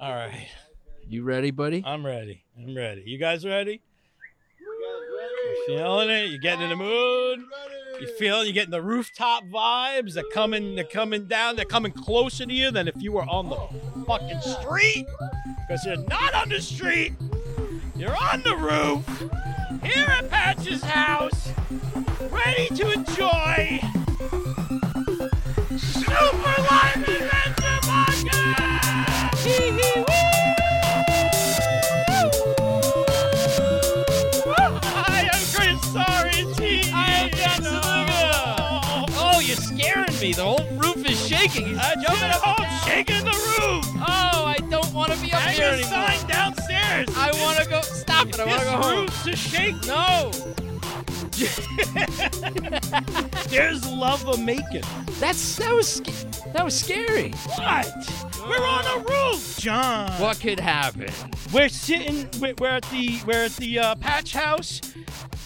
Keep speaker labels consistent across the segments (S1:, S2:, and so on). S1: All right.
S2: You ready, buddy?
S1: I'm ready. I'm ready. You guys ready? You feeling it? You getting in the mood? You feeling? You getting the rooftop vibes? They're coming. They're coming down. They're coming closer to you than if you were on the fucking street. Because you're not on the street. You're on the roof. Here at Patch's house, ready to enjoy Super Live Adventure Podcast. Hee hee woo! I am Chris E Sorrentino. I am John Saluga.
S2: Oh, you're scaring me. The whole roof is shaking.
S1: I jump in a home, shaking the roof.
S2: Oh, I don't want to be up
S1: Hang
S2: here
S1: a
S2: anymore.
S1: sign downstairs.
S2: I want to go. Stop it. I want to
S1: This
S2: go home.
S1: roof's a shake.
S2: No.
S1: There's love a making.
S2: That's that was sca- that was scary.
S1: What? We're on a roof, John.
S2: What could happen?
S1: We're sitting. We're we're at the we're at the uh, Patch House,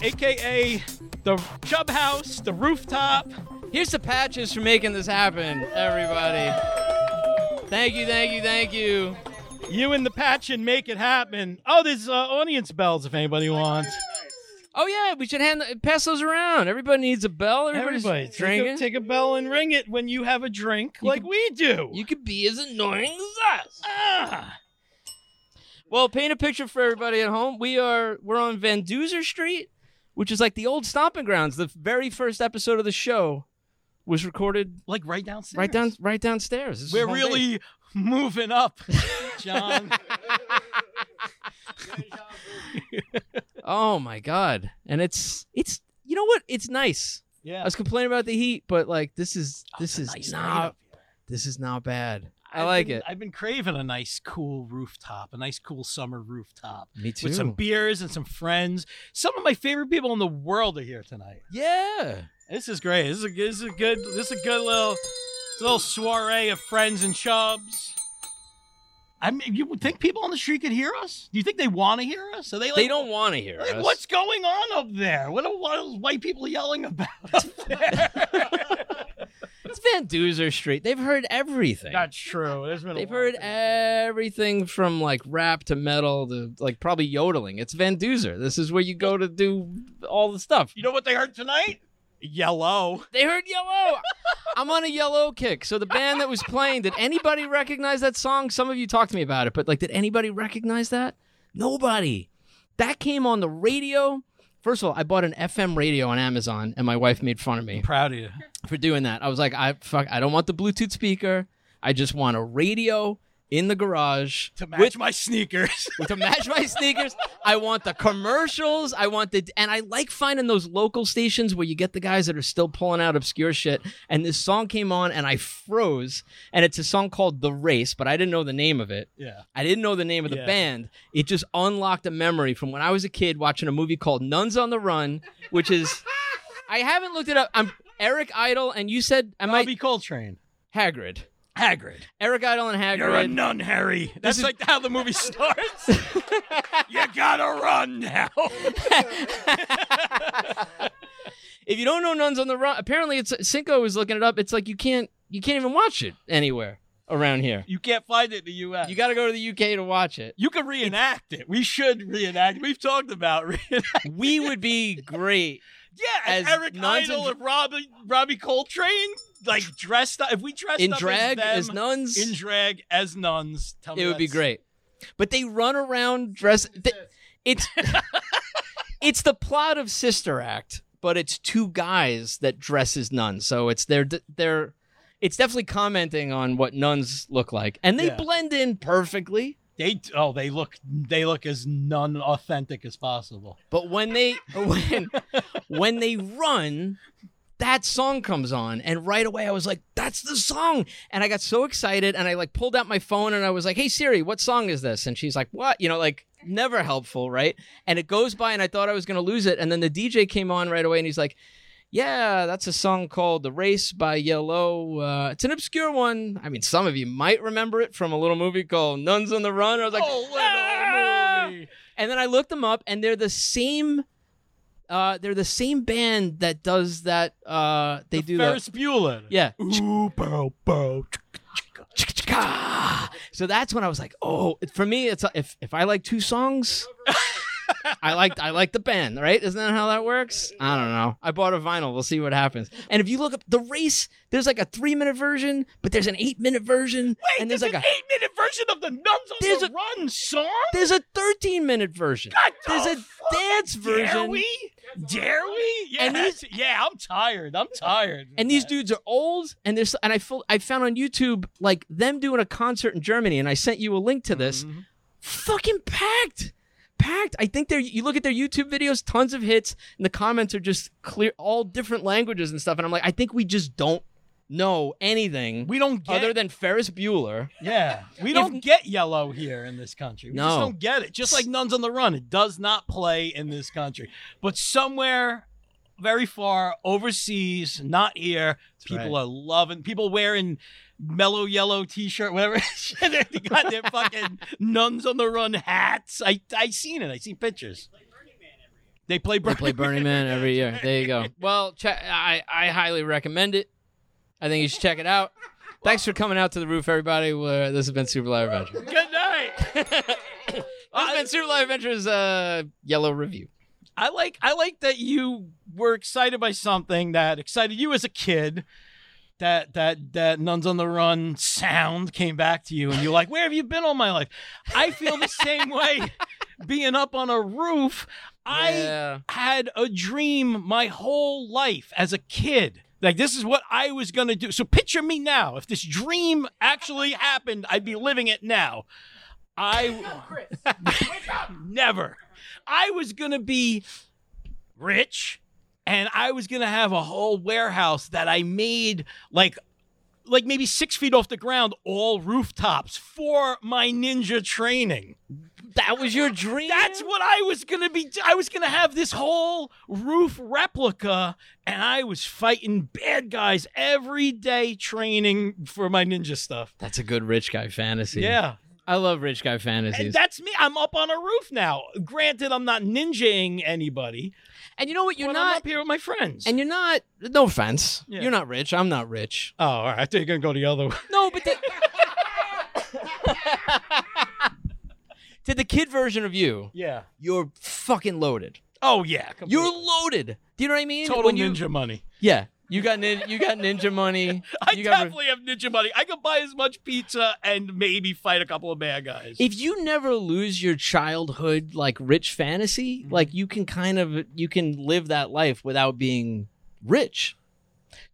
S1: aka the Chub House, the rooftop.
S2: Here's the patches for making this happen, everybody. Thank you, thank you, thank you.
S1: You and the Patch and make it happen. Oh, there's uh, audience bells if anybody wants.
S2: Oh yeah, we should hand the, pass those around. Everybody needs a bell. Everybody's
S1: Everybody, take a-
S2: drinking.
S1: Take, a, bell and ring it when you have a drink,
S2: You
S1: like
S2: can-
S1: we do.
S2: you could be as annoying as us.
S1: ah,
S2: Well, paint a picture for everybody at home. We are we're on Van Duzer Street, which is like the old stomping grounds. The very first episode of the show was recorded
S1: like right downstairs.
S2: right down right downstairs. This is
S1: We're
S2: home base.
S1: really moving up, John.
S2: Oh my god. And it's it's you know what? It's nice. I
S1: yeah.
S2: was complaining about the heat, but like this is this is
S1: Oh, nice night
S2: not
S1: up here.
S2: this is not bad. I
S1: I've
S2: like
S1: been-
S2: it.
S1: I've been craving a nice, cool rooftop, a nice, cool summer rooftop.
S2: Me too.
S1: with some beers and some friends. Some of my favorite people in the world are here tonight.
S2: yeah.
S1: This is great. This is a, this is a good this is a good little little soiree of friends and chubs. I mean, you would think people on the street could hear us? Do you think they want to hear us? Are they like,
S2: They don't want to hear
S1: like,
S2: us.
S1: what's going on up there? What are, what are those white people yelling about up there?
S2: It's Van Duzer Street. They've heard everything.
S1: That's true. There's been a
S2: They've
S1: lot
S2: heard
S1: of-
S2: everything from like rap to metal to like probably yodeling. It's Van Duzer. This is where you go to do all the stuff.
S1: You know what they heard tonight? Yellow.
S2: They heard Yellow. I'm on a Yellow kick. So the band that was playing, did anybody recognize that song? Some of you talked to me about it, but like, did anybody recognize that? Nobody. That came on the radio. First of all, I bought an FM radio on Amazon, and my wife made fun of me
S1: proud of you.
S2: for doing that. I was like, I fuck, I don't want the Bluetooth speaker. I just want a radio in the garage
S1: To match
S2: with
S1: my sneakers.
S2: to match my sneakers. I want the commercials. I want the and I like finding those local stations where you get the guys that are still pulling out obscure shit. And this song came on and I froze. And it's a song called The Race, but I didn't know the name of it.
S1: yeah.
S2: I didn't know the name of the
S1: Yeah.
S2: band. It just unlocked a memory from when I was a kid watching a movie called Nuns on the Run, which is I haven't looked it up. I'm Eric Idle and you said I might
S1: Bobby Coltrane.
S2: Hagrid.
S1: Hagrid.
S2: Eric Idle and Hagrid.
S1: You're a nun, Harry. That's
S2: is-
S1: like how the movie starts. you gotta run now.
S2: if you don't know Nuns on the Run, apparently it's Cinco was looking it up. It's like you can't you can't even watch it anywhere around here.
S1: you can't find it in the U.S.
S2: You
S1: You,
S2: got to go to the UK to watch it.
S1: can reenact it. We should reenact. We've talked about reenact.
S2: We would be great.
S1: Yeah, as
S2: As
S1: Eric
S2: nuns
S1: Idle
S2: in-
S1: and Robbie Robbie Coltrane, like dressed up. If we dressed
S2: In
S1: up
S2: drag
S1: as
S2: as
S1: them,
S2: nuns,
S1: in drag as nuns, tell me
S2: it would be
S1: that's-
S2: great. But they run around dress. th- it's it's the plot of Sister Act, but it's two guys that dress as nuns. So it's their their it's definitely commenting on what nuns look like, and they
S1: Yeah.
S2: blend in perfectly.
S1: They oh, they look they look as nun authentic as possible.
S2: But when they when when they run, that song comes on, and right away I was like, "That's the song!" And I got so excited, and I like pulled out my phone, and I was like, "Hey Siri, what song is this?" And she's like, "What?" You know, like never helpful, right? And it goes by, and I thought I was gonna lose it, and then the DJ came on right away, and he's like. Yeah, that's a song called "The Race" by Yellow. Uh, it's an obscure one. I mean, some of you might remember it from a little movie called "Nuns on the Run." I was like,
S1: oh, little
S2: "Ah!"
S1: movie.
S2: And then I looked them up, and they're the same. Uh, they're the same band that does that. Uh, they do
S1: Ferris Bueller.
S2: that. Yeah.
S1: Ooh, bow, bow.
S2: Chicka-chicka. So that's when I was like, oh, for me, it's if if I like two songs, I like I like the band, right? Isn't that how that works? I don't know. I bought a vinyl. We'll see what happens. And if you look up the race, there's like a three minute version, but there's an eight minute version,
S1: Wait,
S2: and
S1: there's,
S2: there's like
S1: an
S2: a
S1: eight minute version of the Nuns on
S2: There's
S1: the
S2: a-
S1: Run song.
S2: there's a thirteen minute version.
S1: God,
S2: There's a
S1: the fuck?
S2: dance
S1: Dare
S2: version.
S1: we? Dare we? Yeah,
S2: And these-
S1: that's- yeah. I'm tired. I'm tired.
S2: And these dudes are old, and there's and I full, I found on YouTube like them doing a concert in Germany, and I sent you a link to this.
S1: Mhm.
S2: Fucking packed, packed. I think they're you look at their YouTube videos, tons of hits, and the comments are just clear, all different languages and stuff. And I'm like, I think we just don't know anything
S1: we don't get.
S2: other than Ferris Bueller.
S1: yeah, we don't get yellow here in this country. We just
S2: No.
S1: don't get it. Just like Nuns on the Run, it does not play in this country. But somewhere very far overseas, not here, people
S2: right.
S1: are loving. People wearing mellow yellow T-shirt, whatever. shit, they got their fucking Nuns on the Run hats. I I seen it. I seen pictures. They play
S2: They
S1: Burning
S2: play Burning Man every year. There you go. Well, check, I I highly recommend it. I think you should check it out. Thanks for coming out to the roof, everybody. Where this has been Super Live Adventure.
S1: Good night.
S2: This has been Super Live Adventures uh, Yellow Review.
S1: I like I like that you were excited by something that excited you as a kid. That that that Nuns on the Run sound came back to you, and you're like, "Where have you been all my life?" I feel the same way. Being up on a roof, I
S2: yeah.
S1: had a dream my whole life as a kid. Like this is what I was gonna do. So picture me now. If this dream actually happened, I'd be living it now. I never. I was gonna be rich, and I was gonna have a whole warehouse that I made like like maybe six feet off the ground, all rooftops for my ninja training.
S2: that was your dream.
S1: That's what I was gonna be. I was gonna have this whole roof replica, and I was fighting bad guys every day, training for my ninja stuff.
S2: that's a good rich guy fantasy.
S1: Yeah,
S2: I love rich guy fantasies.
S1: and
S2: And,
S1: that's me. I'm up on a roof now. Granted, I'm not ninjaing anybody.
S2: you know what? You're
S1: but I'm
S2: not.
S1: up here with my friends.
S2: And you're not. No offense.
S1: Yeah.
S2: You're not rich. I'm not rich.
S1: oh, all right. I thought you were gonna go the other way.
S2: No, but the, to the kid version of you,
S1: Yeah.
S2: you're fucking loaded.
S1: Oh yeah.
S2: You're
S1: completely.
S2: loaded. Do you know what I mean?
S1: total
S2: When you-
S1: ninja money.
S2: Yeah. You got nin- you got ninja money.
S1: I
S2: you got re-
S1: definitely have ninja money. I could buy as much pizza and maybe fight a couple of bad guys.
S2: if you never lose your childhood like rich fantasy like you can kind of you can live that life without being rich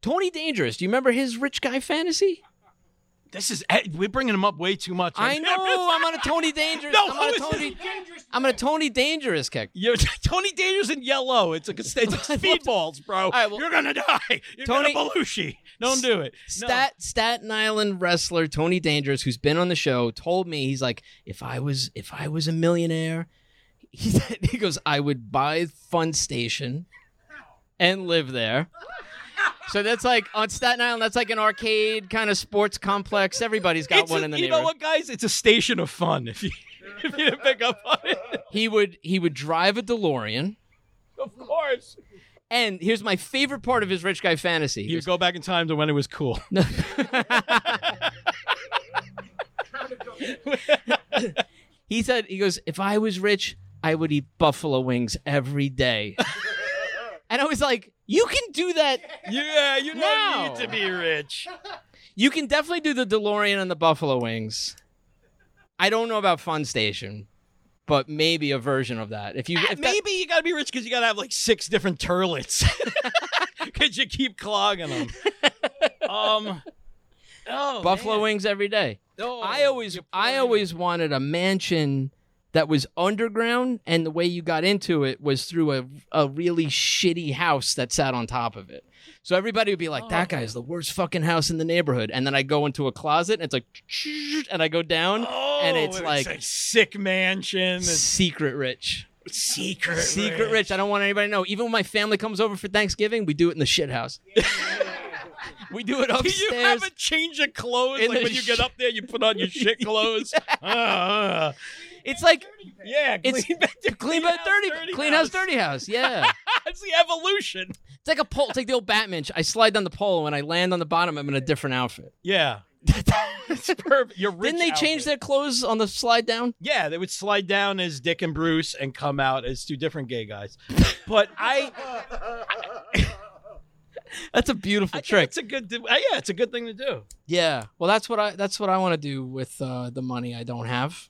S2: tony dangerous do you remember his rich guy fantasy
S1: This is eh, we're bringing him up way too much.
S2: i know i'm on a tony dangerous
S1: No,
S2: i'm
S1: who
S2: on a
S1: is
S2: tony i'm on a tony dangerous kick
S1: You're, Tony Danger's in yellow. It's like a, it's like speedballs, bro.
S2: right, well-
S1: You're gonna die. You're
S2: Tony-
S1: gonna Belushi. Don't do it. No.
S2: Stat Staten Island wrestler Tony Dangerous, who's been on the show, told me he's like, if I was if I was a millionaire, he said, he goes, I would buy a Fun Station and live there. So that's like on Staten Island, that's like an arcade kind of sports complex. Everybody's got
S1: It's
S2: one
S1: a-
S2: in the
S1: you know
S2: neighborhood.
S1: what, guys? It's a station of fun. If you if you didn't pick up on it,
S2: He would he would drive a DeLorean.
S1: of course
S2: And here's my favorite part of his rich guy fantasy. He
S1: you go back in time to when it was cool.
S2: He said, he goes, if I was rich, I would eat buffalo wings every day. and I was like, you can do that.
S1: Yeah, you don't
S2: No.
S1: need to be rich.
S2: You can definitely do the DeLorean and the buffalo wings. I don't know about Fun Station, but maybe a version of that. If you, if that-
S1: Ah, Maybe you gotta be rich because you gotta have like six different turlets. Could you keep clogging them? Um. Oh,
S2: buffalo
S1: man.
S2: wings every day.
S1: Oh,
S2: I always,
S1: you're
S2: I
S1: pouring-
S2: always wanted a mansion that was underground, and the way you got into it was through a a really shitty house that sat on top of it. So everybody would be like,
S1: Oh.
S2: "That guy's the worst fucking house in the neighborhood," and then I go into a closet, and it's like, and I go down,
S1: Oh,
S2: and it's
S1: a
S2: like
S1: sick mansion, a
S2: secret rich,
S1: secret,
S2: secret rich. I don't want anybody to know. Even when my family comes over for Thanksgiving, we do it in the shit house. we do it
S1: Do
S2: upstairs.
S1: you have a change of clothes?
S2: In
S1: Like
S2: the
S1: when you get
S2: sh-
S1: up there, you put on your shit clothes. Uh, uh,
S2: it's like
S1: yeah,
S2: It's-
S1: clean, back to
S2: clean but dirty, clean house, dirty house. Yeah.
S1: That's the evolution.
S2: It's like a pole. It's like the old Batman. sh- I slide down the pole, and when I land on the bottom, I'm in a different outfit.
S1: Yeah, it's perfect. Your rich
S2: Didn't they change
S1: outfit.
S2: their clothes on the slide down?
S1: Yeah, they would slide down as Dick and Bruce and come out as two different gay guys. But I,
S2: That's a beautiful
S1: I
S2: trick.
S1: It's a good. uh, Yeah, it's a good thing to do.
S2: Yeah. Well, that's what I that's what I want to do with uh, the money I don't have.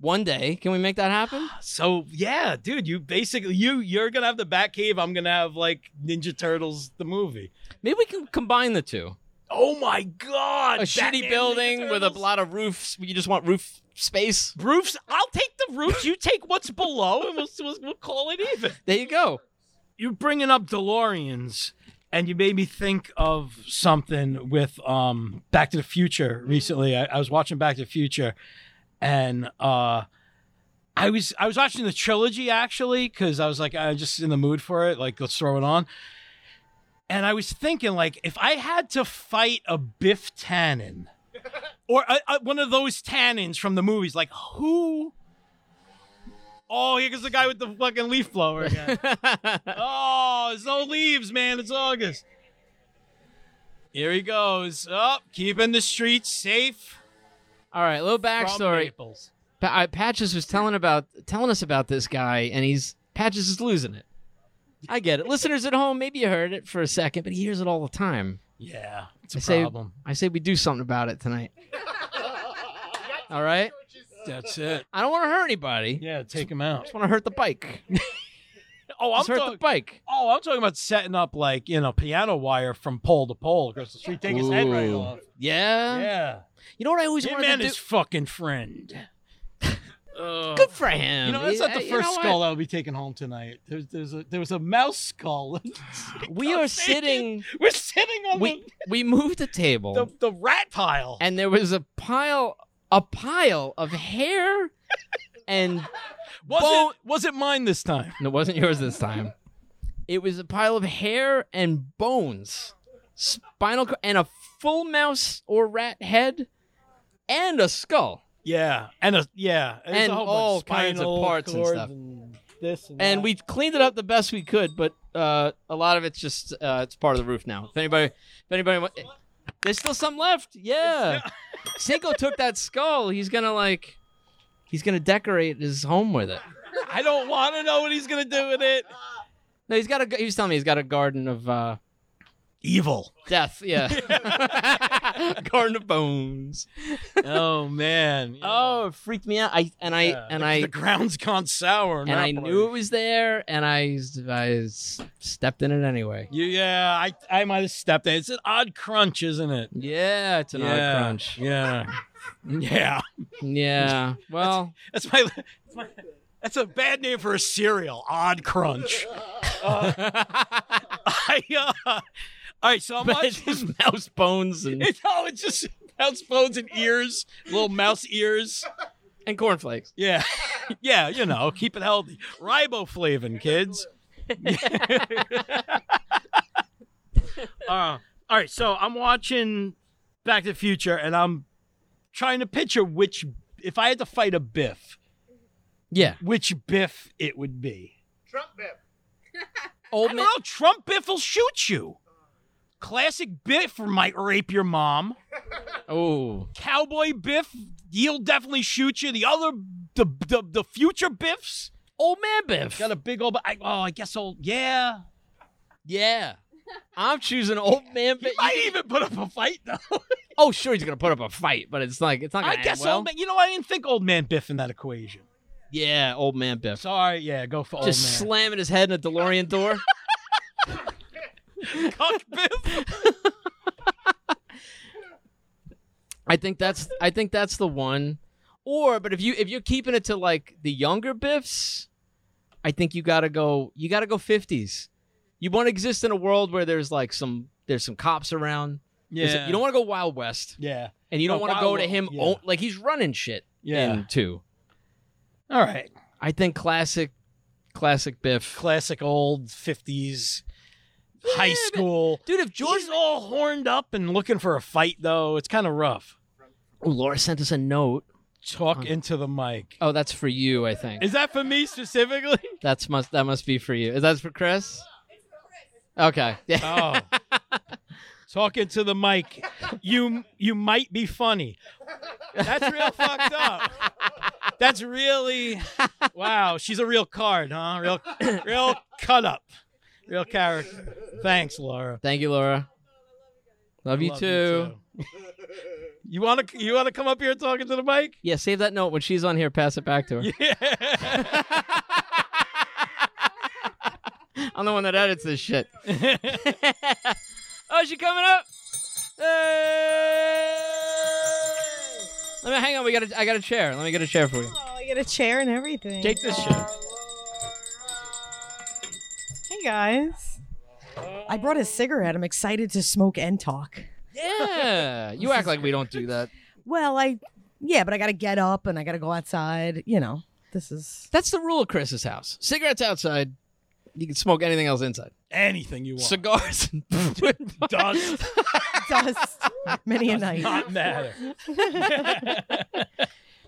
S2: One day, can we make that happen?
S1: So yeah, dude, you basically you you're gonna have the Batcave. I'm gonna have like Ninja Turtles the movie.
S2: Maybe we can combine the two.
S1: Oh my god!
S2: A shitty
S1: Batman,
S2: building
S1: Ninja
S2: with a
S1: Turtles.
S2: lot of roofs. You just want roof space.
S1: roofs. I'll take the roofs. You take what's below, and we'll, we'll we'll call it even.
S2: There you go.
S1: You're bringing up DeLoreans, and you made me think of something with um Back to the Future recently. I, I was watching Back to the Future, and uh. I was I was watching the trilogy actually because I was like I'm just in the mood for it like let's throw it on, and I was thinking like if I had to fight a Biff Tannen or a, a- one of those Tannins from the movies like who oh here goes the guy with the fucking leaf blower again. oh there's no leaves man it's August here he goes up keeping the streets safe
S2: All right, a little
S1: from
S2: backstory.
S1: Naples.
S2: Pa- I, Patches was telling about telling us about this guy, and he's Patches is losing it. I get it. Listeners at home, maybe you heard it for a second, but he hears it all the time.
S1: yeah it's
S2: I
S1: a
S2: say,
S1: problem
S2: I say we do something about it tonight. All right.
S1: that's it
S2: I don't want to hurt anybody.
S1: yeah take him out.
S2: just want to hurt the bike.
S1: Oh, I'm
S2: Just hurt
S1: talking.
S2: the bike.
S1: oh, I'm talking about setting up like you know piano wire from pole to pole across the street. Take his head right
S2: Ooh.
S1: off.
S2: Yeah.
S1: Yeah,
S2: You know what I always
S1: him
S2: wanted
S1: and
S2: to
S1: his
S2: do?
S1: fucking friend. Ugh.
S2: Good for him.
S1: You know that's not the
S2: Yeah, you know
S1: first
S2: what?
S1: skull I'll be taking home tonight. There's, there's a, there was a mouse skull.
S2: We are sitting.
S1: We're sitting on
S2: We we moved the table,
S1: the, the the rat pile.
S2: and there was a pile a pile of hair, and
S1: was
S2: Bo-
S1: it was it mine this time?
S2: no, it wasn't yours this time. It was a pile of hair and bones, spinal cord, and a full mouse or rat head, and a skull.
S1: Yeah, and a yeah, there's
S2: And
S1: a whole bunch
S2: all
S1: of spinal
S2: kinds of parts and
S1: cords
S2: stuff.
S1: and this and,
S2: and
S1: that.
S2: we cleaned it up the best we could but uh, a lot of it's just uh, it's part of the roof now if anybody if anybody wa- there's still some left yeah Cinco took that skull he's gonna like he's gonna decorate his home with it
S1: I don't want to know what he's gonna do with it.
S2: no he's got a g- he was telling me he's got a garden of uh,
S1: Evil.
S2: death yeah garden of bones
S1: Oh man.
S2: oh it freaked me out I and I
S1: Yeah,
S2: and
S1: the-
S2: I
S1: the ground's gone sour.
S2: and I knew it was there and I I s- stepped in it anyway
S1: You, yeah, I I might have stepped in. It's an odd crunch, isn't it?
S2: yeah it's an
S1: yeah,
S2: odd crunch
S1: Yeah, yeah.
S2: yeah well
S1: That's my, that's my- That's a bad name for a cereal. Odd crunch. Uh, I, uh, all right, so I'm
S2: but it's
S1: watching.
S2: just mouse bones and,
S1: It's, oh, it's just mouse bones and ears, little mouse ears.
S2: and cornflakes.
S1: Yeah, yeah, you know, keep it healthy. Riboflavin, kids. uh, all right, so I'm watching Back to the Future, and I'm trying to picture which, if I had to fight a Biff,
S2: Yeah.
S1: which Biff it would be.
S2: Old
S1: I
S2: man.
S1: don't know. Trump Biff will shoot you. Classic Biff might rape your mom.
S2: Oh.
S1: Cowboy Biff, he'll definitely shoot you. The other, the the, the future Biffs.
S2: Old man Biff.
S1: Got a big old. I, oh, I guess old. Yeah.
S2: yeah. I'm choosing old man
S1: He
S2: Biff.
S1: might even put up a fight though.
S2: Oh, sure, he's gonna put up a fight, but it's like it's not
S1: I
S2: gonna
S1: guess
S2: end well.
S1: old man. You know, I didn't think old man Biff in that equation.
S2: Yeah, old man Biff.
S1: Sorry. Yeah, go for
S2: Just
S1: old
S2: slamming his head in a DeLorean door.
S1: man. Cuck Biff.
S2: I think that's I think that's the one. Or, but if you if you're keeping it to like the younger Biffs, I think you gotta go you gotta go fifties. You want to exist in a world where there's like some there's some cops around. There's-
S1: Yeah.
S2: You don't want to go Wild West.
S1: Yeah.
S2: and you don't
S1: No,
S2: want
S1: Wild
S2: to go to
S1: Wild-
S2: him
S1: yeah.
S2: own, like he's running shit
S1: Yeah.
S2: in two.
S1: All right.
S2: I think classic, classic Biff,
S1: Classic old fifties.
S2: Yeah,
S1: High
S2: but-
S1: school.
S2: dude. If George,
S1: George's all horned up and looking for a fight, though. It's kind of rough.
S2: oh, Laura sent us a note.
S1: Talk into the mic.
S2: Oh, that's for you, I think.
S1: Is that for me specifically?
S2: That's must that must be for you. Is that for Chris? Okay. Yeah.
S1: Oh. talking to the mic. You you might be funny. That's real fucked up. That's really wow. She's a real card, huh? Real real cut up, real character. Thanks, Laura.
S2: Thank you, Laura. Love, you,
S1: Love
S2: too.
S1: You, want to you want to come up here talking to the mic?
S2: Yeah, save that note when she's on here. Pass it back to her.
S1: Yeah.
S2: I'm the one that edits this shit. oh, she coming up? Hey! Let me hang on. We got. A, I got a chair. Let me get a chair for you.
S3: Oh, I get a chair and everything.
S1: Take this shit.
S3: Hey guys. I brought a cigarette. I'm excited to smoke and talk.
S2: Yeah, you act like we don't do that.
S3: Well, I yeah, but I got to get up and I got to go outside, you know. This is
S2: That's the rule of Chris's house. Cigarettes outside. You can smoke anything else inside.
S1: Anything you want.
S2: Cigars. and-
S1: Dust
S3: dust many a night.
S1: not matter.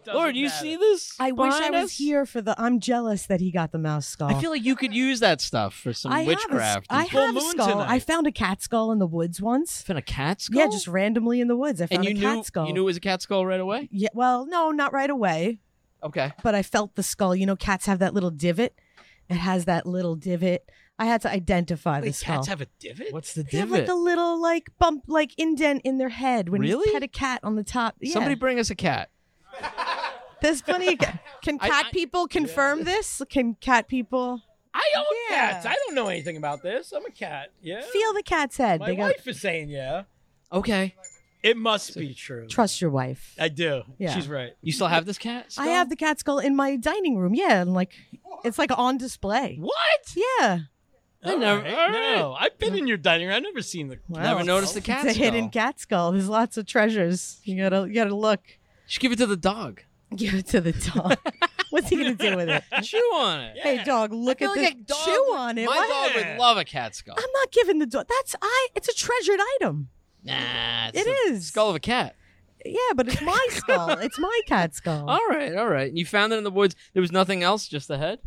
S2: Lord, you see this?
S3: I wish I
S2: behind
S3: was
S2: us?
S3: here for the I'm jealous that he got the mouse skull.
S2: I feel like you could use that stuff for some
S3: Oh. I have a s-
S2: witchcraft.
S3: I
S2: and-
S1: Full
S3: have a
S1: moon
S3: skull.
S1: tonight.
S3: I found a cat skull in the woods once.
S2: Even a cat skull.
S3: Yeah, just randomly in the woods. I
S2: and
S3: found
S2: you
S3: a
S2: knew
S3: cat skull.
S2: you knew it was a cat skull right away.
S3: yeah, well, no, not right away.
S2: Okay.
S3: but I felt the skull. You know, cats have that little divot. It has that little divot. I had to identify the
S1: Wait,
S3: skull.
S1: cats have a divot?
S2: What's the
S3: they have like
S2: divot?
S3: a little like bump, like indent in their head when
S2: Really?
S3: you pet a cat on the top. Yeah.
S2: Somebody bring us a cat.
S3: There's plenty. Of... ca- Can
S2: I-
S3: cat
S2: I-
S3: people confirm this? Can cat people
S1: I own
S3: Yeah.
S1: cats. I don't know anything about this. I'm a cat. Yeah.
S3: feel the cat's head?
S1: My
S3: they go,
S1: wife is saying yeah.
S2: Okay.
S1: It must be true.
S3: trust your wife.
S1: I do.
S3: Yeah.
S1: She's right.
S2: You still have this cat?
S3: I
S2: skull?
S3: have the cat skull in my dining room. Yeah, and like it's like on display.
S1: What?
S3: Yeah,
S2: I never- all right.
S1: No, I've been in your dining room. I've never seen the.
S3: Wow.
S2: Never noticed the
S3: it's
S2: cat
S3: a
S2: skull.
S3: hidden cat skull. There's lots of treasures. You gotta, you gotta look.
S2: Just give it to the dog.
S3: Give it to the dog. What's he gonna do with it?
S2: Chew on it.
S3: Hey, dog, look
S2: I
S3: at
S2: feel
S3: this.
S2: like a dog
S3: Chew
S2: would-
S3: on it.
S2: My
S3: What?
S2: dog
S1: Yeah.
S2: would love a cat skull.
S3: I'm not giving the dog. That's I. It's a treasured item.
S2: Nah, it's
S3: It
S2: the
S3: is.
S2: skull of a cat.
S3: Yeah, but it's my skull. It's my cat skull.
S2: All right, all right. You found it in the woods. There was nothing else, just the head.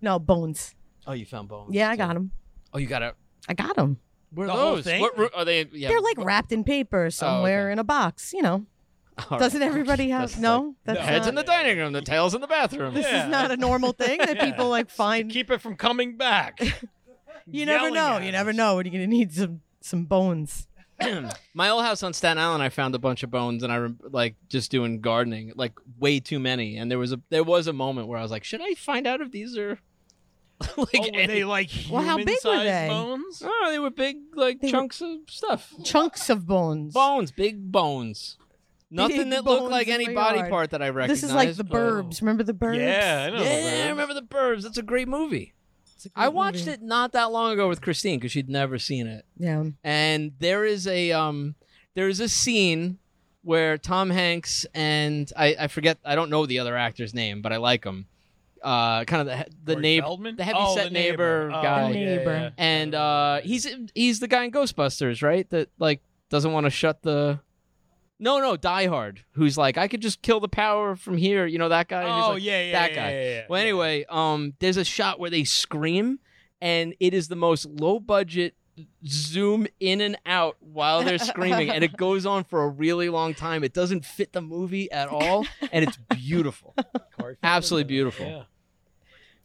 S3: No bones.
S2: Oh, you found bones.
S3: Yeah, I got them.
S2: Oh, you got it.
S3: I got them.
S2: Where are
S1: The
S2: those?
S1: whole thing?
S2: What ro- are they? Yeah. Oh,
S3: They're like wrapped in paper somewhere
S2: okay.
S3: in a box. You know.
S2: All
S3: Doesn't
S2: right.
S3: everybody have?
S2: That's
S3: no.
S2: like-
S3: that's
S2: The head's
S3: not,
S2: in the dining room. The tail's in the bathroom.
S3: This
S1: Yeah.
S3: is not a normal thing that
S1: Yeah.
S3: people like find.
S1: Keep it from coming back.
S3: you never
S1: yelling
S3: know.
S1: at
S3: You
S1: us.
S3: never know. You're gonna need some some bones.
S2: My old house on Staten Island, I found a bunch of bones, and I rem- like just doing gardening, like way too many. And there was a there was a moment where I was like, should I find out if these are like
S1: Oh, were
S2: any-
S1: they like
S3: Well,
S1: human
S3: how big were they?
S1: bones?
S2: Oh, they were big like
S3: They were-
S2: chunks of stuff.
S3: Chunks of bones.
S2: Bones, big bones. Nothing
S3: Big
S2: that looked
S3: bones
S2: like
S3: in
S2: any
S3: my
S2: body
S3: yard.
S2: part that I recognized.
S3: This is like the
S2: but-
S3: Burbs. Remember the Burbs?
S1: Yeah, I know.
S2: Yeah, I
S1: bro.
S2: remember the Burbs. That's a great movie.
S3: It's a great
S2: I watched
S3: movie.
S2: it not that long ago with Christine because she'd never seen it.
S3: Yeah.
S2: and there is a um there is a scene where Tom Hanks and I, I forget I don't know the other actor's name but I like him uh kind of the he- the
S1: Corey
S2: neighbor
S1: Feldman?
S2: the
S1: oh,
S2: heavyset
S1: the
S2: neighbor,
S1: Oh,
S2: guy
S3: The
S1: yeah,
S3: neighbor.
S1: yeah.
S2: and uh he's he's the guy in Ghostbusters right that like doesn't want to shut the no no Die Hard who's like I could just kill the power from here you know that guy He's
S1: Oh
S2: like,
S1: yeah, yeah,
S2: that
S1: yeah,
S2: guy.
S1: yeah, yeah,
S2: well,
S1: yeah.
S2: anyway, um, there's a shot where they scream, and it is the most low budget zoom in and out while they're screaming, and it goes on for a really long time. It doesn't fit the movie at all, and it's beautiful.
S1: Corey Feldman.
S2: Absolutely beautiful.
S1: Yeah.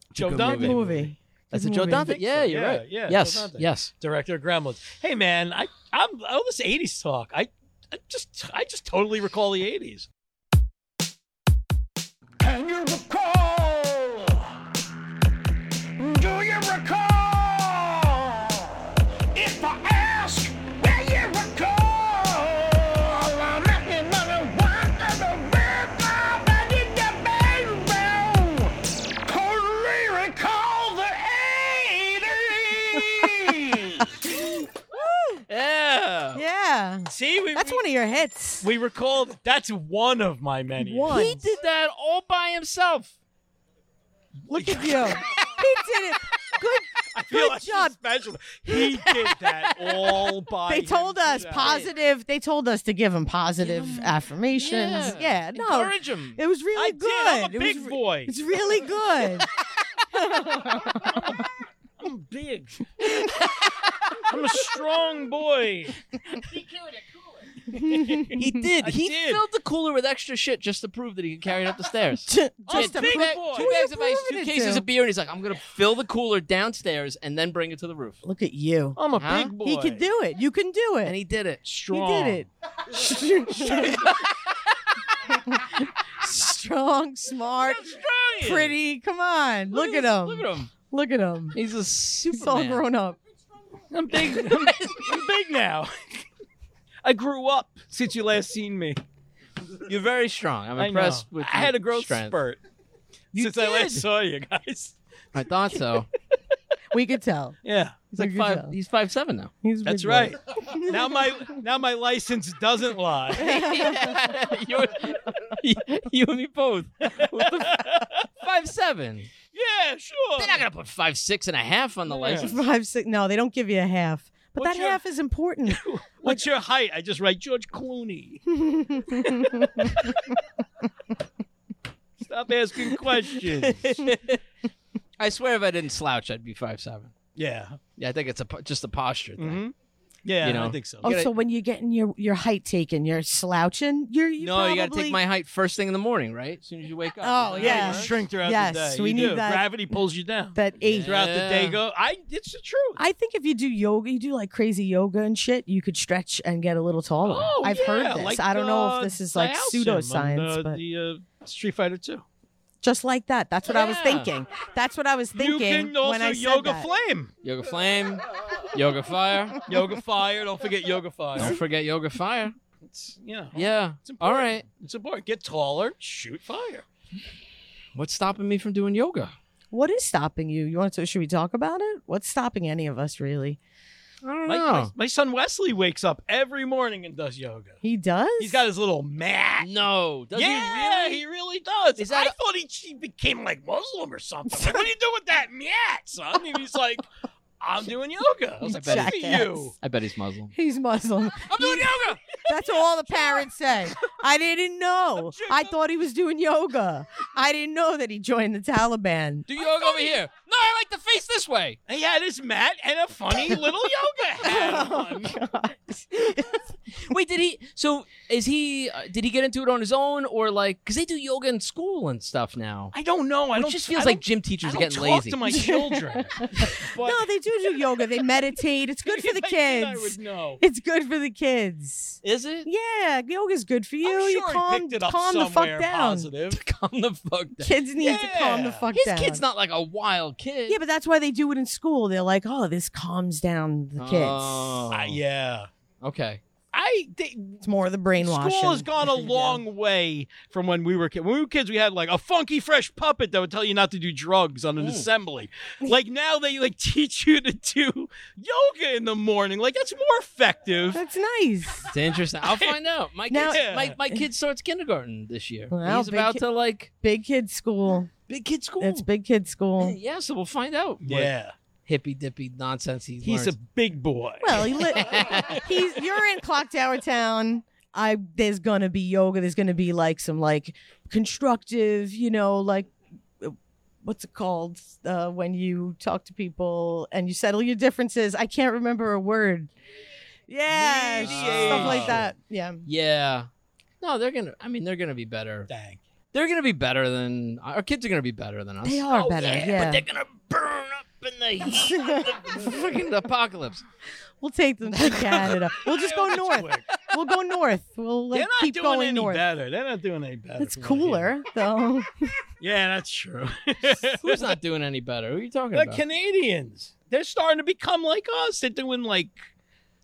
S2: a
S1: Joe
S2: good
S1: Dante,
S2: movie.
S3: movie.
S2: That's a
S3: Good
S2: Joe
S3: movie.
S2: Dante. Yeah, you're
S1: Yeah,
S2: right.
S1: yeah, Joe
S2: yes,
S1: Dante.
S2: yes.
S1: director of Gremlins. Hey man, I I'm all this '80s talk. I, I just I just totally recall the '80s.
S4: Can you recall? Do you recall? If I ask, will you recall? I'm not in the one of the river, but in the rainbow. Can we recall the 80s?
S2: Yeah.
S3: Yeah.
S1: See, we
S3: That's
S1: we,
S3: one of your hits.
S1: we recalled. That's one of my many.
S3: One.
S2: He did that all by himself.
S3: Look at you. he did it. Good.
S1: I feel
S3: Good
S1: like he's
S3: job.
S1: Special. He did that all by.
S3: They told us
S1: himself.
S3: positive. They told us to give him positive affirmations. Yeah. No.
S2: Encourage him.
S3: It was really
S1: I
S3: good.
S1: did. I'm a
S3: It was
S1: big
S3: re-
S1: boy.
S3: It's really good.
S1: I'm big. I'm a strong boy.
S2: He did.
S1: I
S2: he
S1: did.
S2: filled the cooler with extra shit just to prove that he could carry it up the stairs.
S3: Just
S2: Yeah,
S3: to
S1: big
S2: two, ba-
S3: prove-
S1: boy.
S2: two
S1: Who
S2: bags of ice, two
S3: proving it
S2: cases
S3: to?
S2: of beer, and he's like, "I'm gonna fill the cooler downstairs and then bring it to the roof."
S3: Look at you.
S1: I'm a
S2: Huh?
S1: big Oh, boy.
S3: He could do it. You can do
S2: And
S3: it.
S2: he did it.
S3: He
S1: Strong.
S3: did it. Strong, smart,
S1: Strong.
S3: pretty. Come on. Look, at
S2: this-
S3: him.
S2: Look at him.
S3: Look at him.
S2: He's a
S3: He's all
S2: superman.
S3: grown up.
S1: I'm big. I'm, I'm big now. I grew up since you last seen me.
S2: You're very strong. I'm
S1: I know.
S2: impressed with.
S1: I
S2: your
S1: had a growth
S2: strength.
S1: spurt
S2: You
S1: since
S2: did.
S1: I last saw you guys.
S2: I thought so.
S3: We could tell.
S1: Yeah,
S2: He's like
S3: We could
S2: five.
S3: tell.
S2: He's five seven now.
S3: He's a
S1: that's
S3: big
S1: right.
S3: boy.
S1: Now my now my license doesn't lie.
S2: You're, you, you and me both. What the f- five seven.
S1: Yeah, sure.
S2: They're not gonna put five six and a half on the
S1: Yeah.
S2: license.
S3: Five, six. No, they don't give you a half. But
S1: What's
S3: that
S1: your-
S3: half is important.
S1: What's your height? I just write George Clooney. Stop asking questions.
S2: I swear, if I didn't slouch, I'd be five seven.
S1: yeah.
S2: Yeah, I think it's a po- just a posture thing.
S1: hmm Yeah,
S2: Mm-hmm. You know.
S1: I think so.
S3: Oh,
S2: Get it.
S3: so when you're getting your, your height taken, you're slouching. You're you
S2: no,
S3: probably...
S2: you got to take my height first thing in the morning, right? As soon as you wake up.
S3: Oh,
S2: Isn't that
S1: yeah,
S2: how it
S3: yeah.
S1: you
S2: works?
S1: shrink throughout
S3: Yes,
S1: the day.
S3: we
S1: You
S3: need
S1: do.
S3: that-
S1: Gravity pulls you down
S3: that eight.
S2: Yeah.
S1: throughout the day. Go, I. It's the truth.
S3: I think if you do yoga, you do like crazy yoga and shit, you could stretch and get a little taller.
S1: Oh,
S3: I've
S1: yeah,
S3: heard this.
S1: like,
S3: I don't know
S1: uh,
S3: if this is like
S1: Dioxin
S3: pseudoscience,
S1: on, uh,
S3: but
S1: the uh, Street Fighter Two.
S3: just like that. That's what I was
S2: Yeah.
S3: thinking. That's what I was thinking
S1: You can
S3: when
S1: also
S3: I said
S1: yoga
S3: that.
S1: flame,
S2: Yoga flame, yoga fire.
S1: yoga fire. Don't forget yoga fire.
S2: Don't forget yoga fire.
S1: It's, you know,
S2: Yeah.
S1: It's
S2: All
S1: important.
S2: right.
S1: It's important. Get taller. Shoot fire.
S2: What's stopping me from doing yoga?
S3: What is stopping you? You want to? Should we talk about it? What's stopping any of us really?
S2: I don't
S1: My,
S2: know.
S1: my, my son Wesley wakes up every morning and does yoga.
S3: He does.
S1: He's got his little mat.
S2: No. Does
S1: yeah,
S2: he really?
S1: really does.
S2: Is that
S1: I
S2: a-
S1: thought he, he became like Muslim or something. Like, what do you do with that mat, son? And he's like, I'm doing yoga. I was like,
S2: Jackass.
S1: good for you.
S2: I bet he's Muslim.
S3: He's Muslim.
S1: I'm doing yoga.
S3: That's all the parents say. I didn't know.
S1: Sure.
S3: I thought he was doing yoga. I didn't know that he joined the Taliban.
S2: Do yoga over here. No, I like to face this way.
S1: He had his mat and a funny little yoga hat on.
S3: God.
S2: Wait, did he? So is he? Uh, did he get into it on his own, or like? Because they do yoga in school and stuff now.
S1: I don't know. I
S2: It
S1: don't.
S2: just feels
S1: I don't-
S2: like gym
S1: I
S2: teachers are
S1: don't
S2: getting
S1: talk
S2: lazy.
S1: to my children. But
S3: No, they do do yoga. They meditate. It's good for the
S1: I think I would
S3: kids.
S1: know.
S3: It's good for the kids.
S2: Is it?
S3: Yeah, yoga's good for you.
S1: I'm sure
S3: you calm,
S1: he picked it up
S3: calm the
S1: somewhere
S3: fuck down.
S1: positive.
S2: Calm the fuck down.
S3: Kids need to calm the
S1: Yeah.
S3: fuck
S2: His
S3: down.
S2: kid's not like a wild kid.
S3: Yeah, but that's why they do it in school. They're like, oh, this calms down the kids.
S2: Oh.
S1: Uh, yeah.
S2: Okay.
S1: I they,
S3: It's more of the brainwashing.
S1: school has gone a long way from when we were kids. When we were kids, we had like a funky fresh puppet that would tell you not to do drugs on an
S2: Mm.
S1: assembly. Like now, they like teach you to do yoga in the morning. Like that's more effective.
S3: That's nice.
S2: It's interesting. I'll find out. My
S3: Now-
S2: kids, my, my kid starts kindergarten this year.
S3: Wow,
S2: He's
S3: big
S2: about
S3: kid-
S2: to like
S3: Big kid school.
S2: big kid school.
S3: That's big kid school.
S2: yeah, so we'll find out. what
S1: Yeah,
S2: hippy dippy nonsense he
S1: he's a
S2: learns.
S1: big boy.
S3: Well, he li- he's you're in Clock Tower Town. I there's gonna be yoga. There's gonna be like some like constructive, you know, like uh, what's it called uh, when you talk to people and you settle your differences. I can't remember a word. Yeah, stuff like that. Yeah.
S2: yeah. No, they're gonna. I mean, they're gonna be better.
S1: Dang.
S2: They're gonna be better than our kids are gonna be better than us.
S3: They are better, yeah.
S2: But they're gonna burn up in the heat of the freaking apocalypse.
S3: We'll take them to Canada. We'll just go
S1: That's
S3: north.
S1: quick.
S3: We'll go north. We'll
S1: They're
S3: like,
S1: not
S3: keep
S1: doing
S3: going
S1: any
S3: north.
S1: better. They're not doing any better.
S3: It's
S1: from what I hear.
S3: cooler though.
S1: Yeah, that's true.
S2: Who's not doing any better? Who are you talking
S1: the
S2: about?
S1: Canadians. They're starting to become like us. They're doing like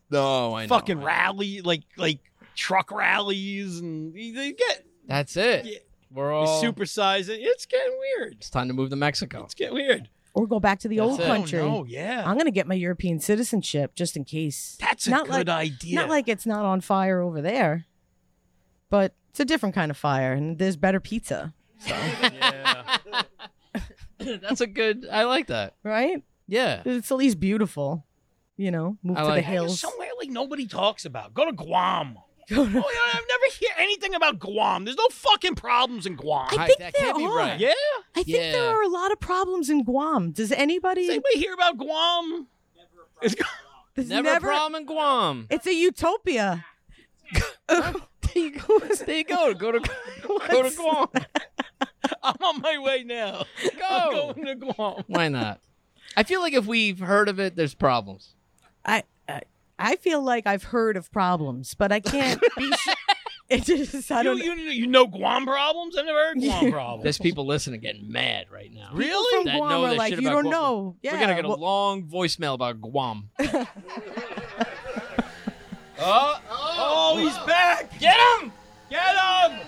S2: no, I know.
S1: fucking
S2: I know.
S1: rally, like like truck rallies, and they- they get
S2: That's it.
S1: Yeah.
S2: We're
S1: they
S2: all
S1: supersize it. It's getting weird.
S2: It's time to move to Mexico.
S1: It's getting weird.
S3: or go back to the
S2: That's
S3: old
S2: it.
S3: country.
S1: Oh no, yeah,
S3: I'm gonna get my European citizenship just in case.
S1: that's a
S3: not
S1: good
S3: like-
S1: idea.
S3: Not like it's not on fire over there, but it's a different kind of fire, and there's better pizza,
S1: yeah.
S2: That's a good. I like that.
S3: right?
S2: Yeah.
S3: It's at least beautiful, you know. Move
S2: I
S3: to
S2: like-
S3: the
S1: Just
S2: I
S3: hills.
S1: somewhere like nobody talks about. Go to Guam. oh yeah, I've never hear anything about Guam. There's no fucking problems in Guam.
S3: I
S2: Hi-
S3: think
S2: that
S3: there
S2: can't be
S3: are.
S2: right.
S1: yeah,
S3: I think there
S2: Yeah.
S3: are a lot of problems in Guam. Does anybody?
S1: does anybody hear about Guam? It's-
S3: There's
S2: Never, a problem in Guam.
S3: It's a utopia.
S2: There you go. There you go. Go to go to
S3: What's-
S2: Guam.
S1: I'm on my way now. I'm
S2: Go.
S1: going to Guam.
S2: Why not? I feel like if we've heard of it, there's problems.
S3: I, I I feel like I've heard of problems, but I can't be sure. It just I
S1: You,
S3: don't
S1: you, you know Guam problems? I've never heard Guam
S3: Yeah.
S1: problems.
S2: There's people listening getting mad right now.
S1: Really?
S3: people from
S2: that
S3: Guam
S2: know
S3: are
S2: that
S3: like
S2: shit
S3: you
S2: about Guam.
S3: don't know. Yeah,
S2: We're gonna get a
S3: well,
S2: long voicemail about Guam.
S1: Oh, oh, he's back! Get him! Get him!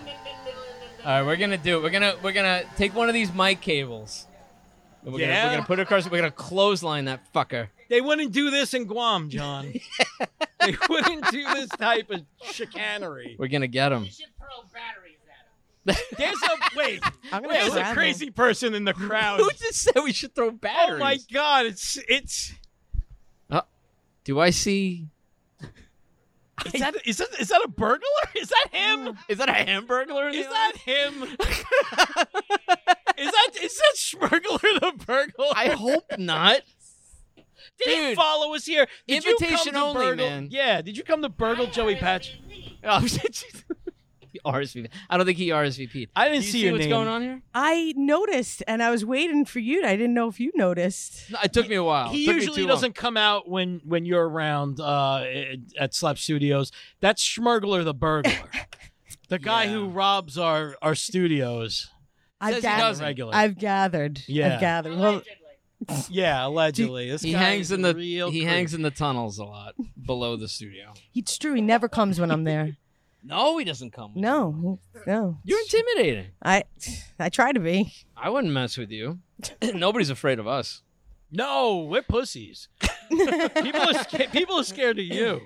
S2: All right, we're gonna do. We're gonna we're gonna take one of these mic cables. And we're, gonna,
S1: Yeah?
S2: we're gonna put it across. We're gonna clothesline that fucker.
S1: They wouldn't do this in Guam, John. they wouldn't do this type of chicanery.
S2: We're gonna get him.
S1: There's a wait.
S3: I'm gonna
S1: There's a
S3: travel.
S1: crazy person in the crowd.
S2: Who just said we should throw batteries?
S1: Oh my god! It's it's
S2: Do I see?
S1: is that is that is that a burglar? Is that him?
S2: Is that a hamburger?
S1: Is that him? is that is that Schmurgler the burglar?
S2: I hope not.
S1: Did he
S2: Dude.
S1: follow us here? Did you come
S2: Invitation
S1: to
S2: only,
S1: burgle-
S2: man.
S1: Yeah. Did you come to burgle Joey Patch?
S2: Oh, Jesus. He RSVP. I don't think he RSVP'd.
S1: I didn't
S2: Do you
S1: see
S2: see
S1: your
S2: what's
S1: name.
S2: going on here?
S3: I noticed, and I was waiting for you. I didn't know if you noticed.
S2: No, it took me a while.
S1: he
S2: Took me
S1: usually
S2: too long.
S1: doesn't come out when when you're around uh, at Slap Studios. That's Schmurgler the burglar, the guy
S2: Yeah.
S1: who robs our our studios.
S3: I've
S2: Says he
S1: on the
S2: doesn't.
S3: gathered.
S1: regular.
S3: I've gathered.
S1: Yeah.
S3: I've gathered. Well,
S1: yeah, allegedly. This
S2: He
S1: guy
S2: hangs
S1: is
S2: in
S1: a
S2: the
S1: real
S2: he
S1: creep.
S2: hangs in the tunnels a lot below the studio.
S3: it's true. He never comes when I'm there.
S2: No, he doesn't come. with you.
S3: No, no.
S2: you're intimidating.
S3: I I try to be.
S2: I wouldn't mess with you. Nobody's afraid of us.
S1: No, we're pussies. people are sca- people are scared of you.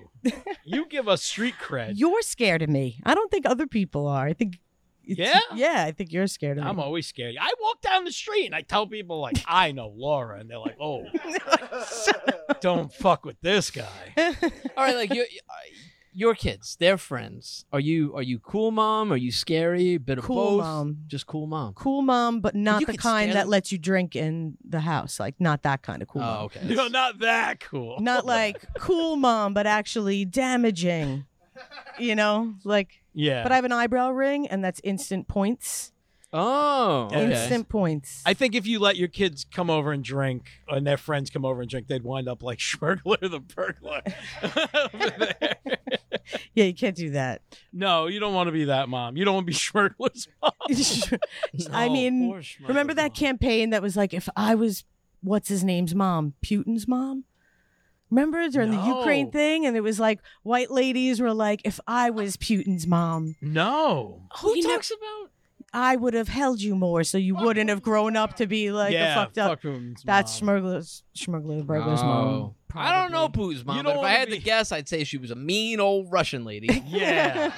S1: You give us street cred.
S3: You're scared of me. I don't think other people are. I think. it's-
S1: Yeah?
S3: Yeah, I think you're scared of me.
S1: I'm always scared. I walk down the street and I tell people like I know Laura, and they're like, "Oh, don't fuck with this guy."
S2: All right, like your your kids, their friends. Are you are you cool mom? Are you scary? Bit of
S3: Cool
S2: both.
S3: mom.
S2: Just cool mom.
S3: cool mom, but not
S2: you
S3: the
S2: could
S3: kind
S2: stand-
S3: that lets you drink in the house. Like not that kind of cool. mom.
S2: Oh, okay.
S1: No, not that cool.
S3: Not like cool mom, but actually damaging. You know, like.
S1: yeah.
S3: But I have an eyebrow ring, and that's instant points.
S2: Oh, okay.
S3: Instant points.
S1: I think if you let your kids come over and drink, and their friends come over and drink, they'd wind up like Schmurgler the burglar. over there.
S3: yeah, you can't do that.
S1: No, you don't want to be that mom. You don't want to be Schmurgler's mom. Oh,
S3: I
S2: No,
S3: mean,
S2: poor Schmurgler
S3: Remember that
S2: mom.
S3: campaign that was like, if I was, what's his name's mom, Putin's mom? Remember during the
S1: No.
S3: Ukraine thing? And it was like, white ladies were like, if I was Putin's mom,
S1: No.
S2: Who
S3: You know-
S2: talks about?
S3: I would have held you more so you wouldn't have grown up to be like
S1: yeah,
S3: a fucked up.
S1: fuck Putin's
S3: That's
S1: mom.
S3: Schmurgler's, Schmurgler Burgler's mom.
S2: Oh. I don't know
S3: probably.
S2: Pooh's
S1: You
S2: mom,
S1: don't
S2: but if I
S1: wanna
S2: had
S1: be-
S2: to guess, I'd say she was a mean old Russian lady.
S1: Yeah.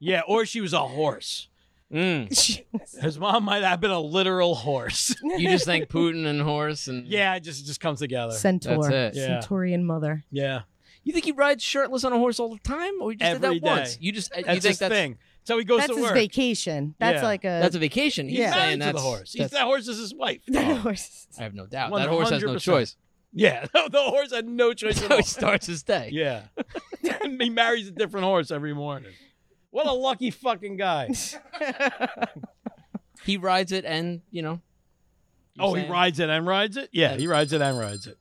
S1: yeah, or she was a horse.
S2: Mm.
S1: His mom might have been a literal horse.
S2: You just think Putin and horse and
S1: yeah, it just it just comes together.
S3: Centaur.
S2: That's it.
S1: Yeah.
S3: Centaurian mother.
S1: yeah.
S2: You think he rides shirtless on a horse all the time, or you just
S1: Every
S2: did that once?
S1: day.
S2: You just uh, you
S1: That's
S2: think
S1: his
S2: that's
S1: thing. So he goes
S3: That's
S1: to
S3: his
S1: work.
S3: vacation.
S1: Yeah.
S3: That's like a.
S2: that's a vacation. He's
S3: Yeah.
S1: Married
S2: saying
S1: to
S2: that's
S1: the horse. He's,
S2: that's-
S1: that horse is his wife.
S2: I have no doubt. That horse has no
S1: 100%.
S2: choice.
S1: Yeah, the horse had no choice at
S2: So
S1: all.
S2: he starts his day.
S1: Yeah. And he marries a different horse every morning. What a lucky fucking guy.
S2: He rides it, and you know. you're
S1: Oh, he
S2: saying-
S1: rides it and rides it? Yeah, he rides it and rides it.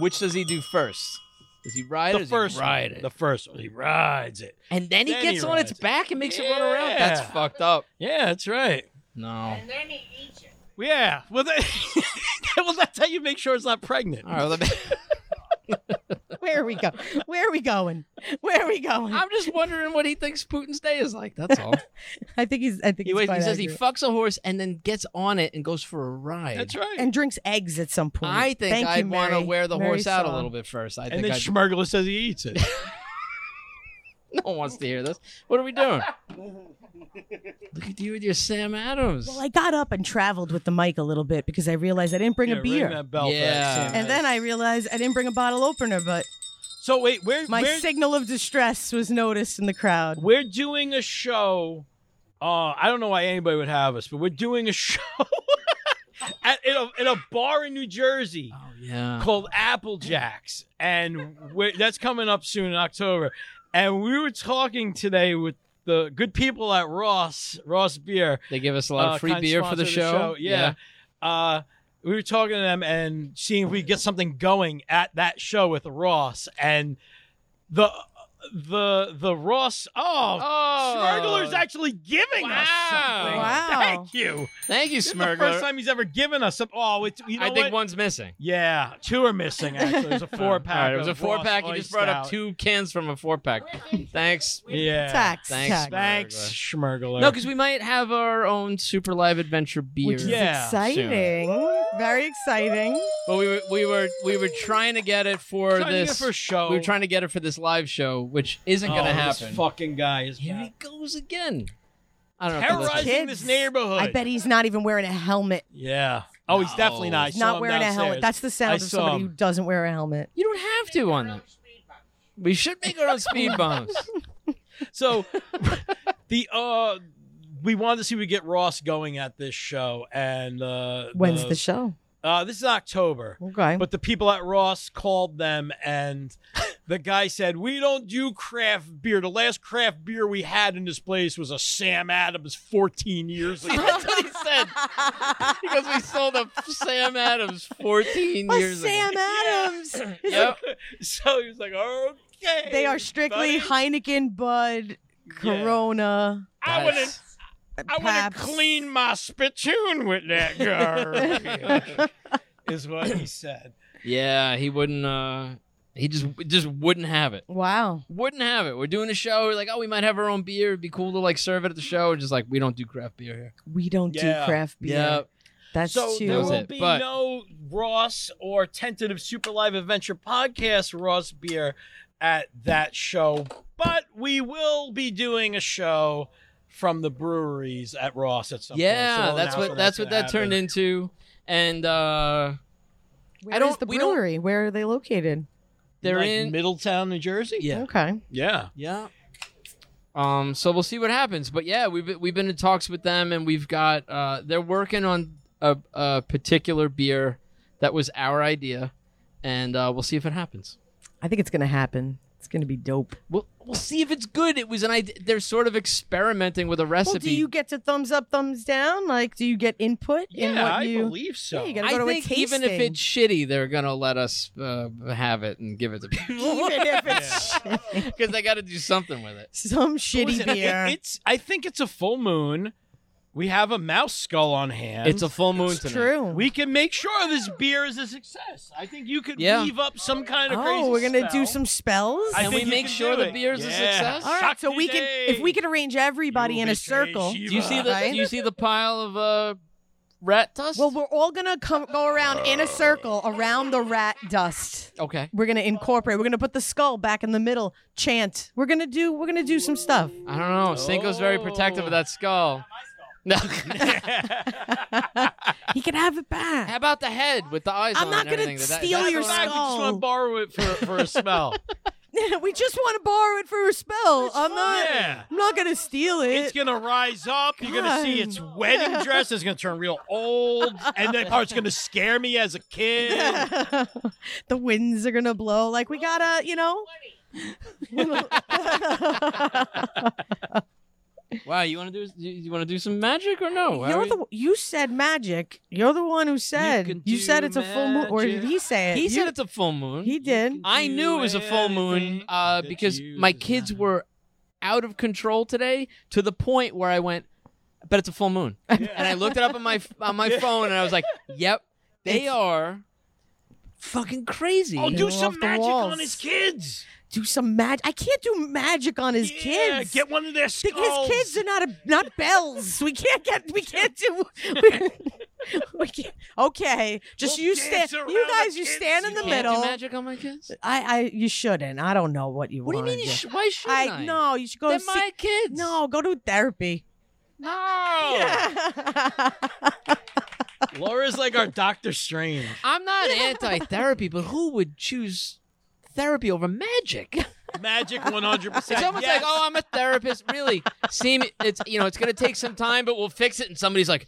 S2: Which does he do first? Does he ride it?
S1: The first
S2: he ride it,
S1: The first one. He rides it.
S2: and then he
S1: then he
S2: gets on
S1: rides
S2: its
S1: it.
S2: back and makes it run around.
S1: Yeah.
S2: That's fucked up.
S1: Yeah, that's right.
S2: No.
S1: Yeah. Well, that, well that's how you make sure it's not pregnant.
S2: All right. well, that-
S3: Where are we go? Where are we going? Where are we going?
S2: I'm just wondering what he thinks Putin's day is like. That's all.
S3: I think he's. I think
S2: He,
S3: he's
S2: waits, he
S3: quite
S2: says he
S3: accurate.
S2: fucks a horse and then gets on it and goes for a ride.
S1: That's right.
S3: and drinks eggs at some point.
S2: I think
S3: Thank you,
S2: I'd want to
S3: Mary.
S2: wear the
S3: Mary
S2: horse out a
S3: Saw.
S2: little bit first. I
S1: and
S2: think
S1: then
S2: I
S1: Schmergler says he eats it.
S2: no one wants to hear this. What are we doing? Look at you with your Sam Adams.
S3: Well, I got up and traveled with the mic a little bit because I realized I didn't bring
S1: Yeah,
S3: a
S1: ring
S3: beer.
S1: that bell for that
S2: Yeah.
S1: Sam
S3: and
S1: Adams.
S3: then I realized I didn't bring a bottle opener, but
S1: So wait, where
S3: my
S1: where,
S3: signal of distress was noticed in the crowd.
S1: we're doing a show. Uh, I don't know why anybody would have us, but we're doing a show. at, in, a, in a bar in New Jersey
S2: Oh yeah.
S1: called Apple Jacks, and we that's coming up soon in October. And we were talking today with the good people at Ross Ross Beer.
S2: They give us a lot
S1: uh,
S2: of free
S1: kind
S2: beer for the
S1: sponsor of
S2: show.
S1: Yeah. Uh, we were talking to them and seeing if we could get something going at that show with Ross and the the the Ross. Oh,
S2: Oh,
S1: Smirgler's actually giving us something.
S3: Wow. Wow.
S1: Thank you.
S2: Oh. Thank you,
S1: This is the first
S2: Smirgler.
S1: time he's ever given us some. Oh, it's you know
S2: I think
S1: what?
S2: one's missing.
S1: Yeah, two are missing. Actually, there's a four pack.
S2: All right, it was a four pack. You just brought up two cans from a four pack. Thanks.
S1: Yeah.
S3: Tax.
S2: Thanks, man.
S3: tax.
S1: Thanks, Schmergler.
S2: No, because we might have our own super live adventure beer.
S3: Which is
S1: Yeah,
S3: exciting. Very exciting.
S2: But we were, we were we were trying to get it for
S1: trying to get
S2: this
S1: for a show.
S2: We were trying to get it for this live show, which isn't
S1: oh,
S2: going to
S1: This
S2: happen.
S1: fucking guy is
S2: Here he goes again. I don't know. if the listeners-
S1: terrorizing
S3: Kids.
S1: this neighborhood.
S3: I bet he's not even wearing a helmet.
S1: Yeah. Oh, he's
S2: No.
S1: definitely not. I
S3: He's
S1: saw
S3: not
S1: him
S3: wearing a helmet.
S1: downstairs.
S3: That's the sound
S1: I
S3: of
S1: saw
S3: somebody
S1: him.
S3: who doesn't wear a helmet.
S2: You don't have to on them. We should make our own speed bumps.
S1: So the uh we wanted to see if we get Ross going at this show and uh
S3: When's the show?
S1: uh this is October.
S3: Okay.
S1: But the people at Ross called them and the guy said, We don't do craft beer. The last craft beer we had in this place was a Sam Adams fourteen years ago.
S2: That's what he said. Because we sold a Sam Adams 14
S3: Well,
S2: years
S3: Sam
S2: ago.
S3: Adams.
S2: Yep.
S1: so he was like, Okay.
S3: They are strictly
S1: buddy."
S3: Heineken, Bud, Corona.
S1: I
S2: That
S1: wouldn't
S2: is-
S1: I want
S3: Paps.
S1: to clean my spittoon with that garbage, is what he said.
S2: Yeah, he wouldn't. uh He just just wouldn't have it.
S3: Wow.
S2: Wouldn't have it. We're doing a show. We're like, oh, we might have our own beer. It'd be cool to like serve it at the show. Just like we don't do craft beer here.
S3: We don't
S1: Yeah.
S3: do craft beer.
S2: Yeah.
S3: That's
S1: So
S3: too.
S1: there
S2: That was
S1: will
S2: it,
S1: be
S2: but-
S1: no Ross or tentative Super Live Adventure podcast Ross beer at that show, but we will be doing a show from the breweries at Ross at some point.
S2: yeah,
S1: So we'll
S2: that's
S1: announce
S2: what
S1: when
S2: that's what that
S1: gonna
S2: turned
S1: happen.
S2: into. And uh
S3: Where
S2: I don't-
S3: is the
S2: we don't-
S3: brewery? Where are they located?
S2: they're
S1: Like
S2: in.
S1: Middletown, New Jersey.
S2: yeah.
S3: Okay.
S1: yeah.
S2: Yeah. Um, so we'll see what happens. But yeah, we've been- we've been in talks with them, and we've got uh, they're working on a, a particular beer that was our idea, and uh, we'll see if it happens.
S3: I think it's gonna happen. It's gonna be dope.
S2: We'll we'll see if it's good. It was an idea. They're sort of experimenting with a
S3: Well,
S2: recipe.
S3: do you get to thumbs up, thumbs down? Like, do you get input in
S1: Yeah,
S3: what
S1: I
S3: you?
S1: believe so.
S3: Yeah, you gotta-
S2: I
S3: go to a
S2: think even if
S3: tasting?
S2: it's shitty, they're gonna let us uh, have it and give it to people
S3: Even if it's
S2: because they got to do something with it.
S3: some
S1: But
S3: shitty
S1: listen, it-
S3: beer,
S1: it's I think it's a full moon. We have a mouse skull on hand.
S2: It's a full moon
S3: it's
S2: tonight.
S3: true.
S1: We can make sure this beer is a success. I think you could
S2: Yeah.
S1: weave up some kind of crazy.
S3: oh, we're gonna
S1: spell.
S3: do some spells.
S1: I
S2: Can
S1: think
S2: we
S1: you
S2: make
S1: can
S2: sure
S1: do
S2: the
S1: it.
S2: beer's a
S1: Yeah.
S2: success?
S3: All right,
S1: Shock
S3: so
S1: me
S3: we can if
S1: day.
S3: we could arrange everybody
S1: You
S3: in
S1: will
S3: a
S1: be
S3: circle.
S1: Shiva.
S2: Do you see the
S3: Right?
S2: do you see the pile of uh, rat dust?
S3: Well, we're all gonna come go around
S1: Uh.
S3: in a circle around the rat dust.
S2: okay.
S3: We're gonna incorporate. We're gonna put the skull back in the middle. Chant. We're gonna do. We're gonna do some stuff.
S2: I don't know. Cinco's very
S3: Oh.
S2: protective of that skull. No.
S3: He can have it back.
S2: How about the head with the eyes
S3: I'm
S2: on
S3: not
S2: it and
S3: gonna
S2: everything? Did that-
S3: steal
S2: that's
S3: your
S2: the-
S1: I
S3: skull.
S1: just want to borrow it for, for a smell.
S3: we just want to borrow it for a spell. I'm not.
S1: Yeah.
S3: I'm not gonna steal it.
S1: It's gonna rise up. You're gonna see its wedding dress is gonna turn real old, and that part's gonna scare me as a kid.
S3: the winds are gonna blow. Like we gotta, you know.
S2: Wow, you want to do you, you want to do some magic or no? Are
S3: You're
S2: we-
S3: the you said magic. You're the one who said
S1: can
S3: you, said
S1: do
S3: it's a full moon, or did
S1: magic.
S3: he say it?
S2: he
S3: You-
S2: said it's a full moon.
S3: He did.
S2: I knew it was a full moon
S1: Anything
S2: uh,
S1: that
S2: because
S1: you
S2: my kids
S1: desire.
S2: were out of control today to the point where I went, I bet it's a full moon. And I looked it up on my on my phone and I was like, yep, they are fucking crazy.
S1: Oh, do
S3: Off
S1: some
S3: the
S1: magic on
S3: walls.
S1: his kids.
S3: Do some magic. I can't do magic on his
S1: yeah,
S3: kids.
S1: Get oh. one of their
S3: Th- his
S1: skulls.
S3: kids are not a, not bells. We can't get. We can't do. We, can't. Okay, just
S1: We'll
S3: you
S1: dance
S3: stand.
S1: around
S3: You guys,
S1: the
S3: you
S1: kids.
S3: stand in
S1: You
S3: the
S2: Can't do
S3: middle.
S2: magic on my kids?
S3: I, I, you shouldn't. I don't know what you
S2: What do you
S3: want.
S2: mean? You sh- why should I?
S3: I no. You should go.
S2: They're
S3: see-
S2: my kids.
S3: no, go to therapy.
S1: No. Laura's like our Doctor Strange.
S2: I'm not anti-therapy, but who would choose therapy over magic?
S1: Magic 100. percent
S2: It's almost like, oh, I'm a therapist. Really, seem it's you know, it's gonna take some time, but we'll fix it. And somebody's like,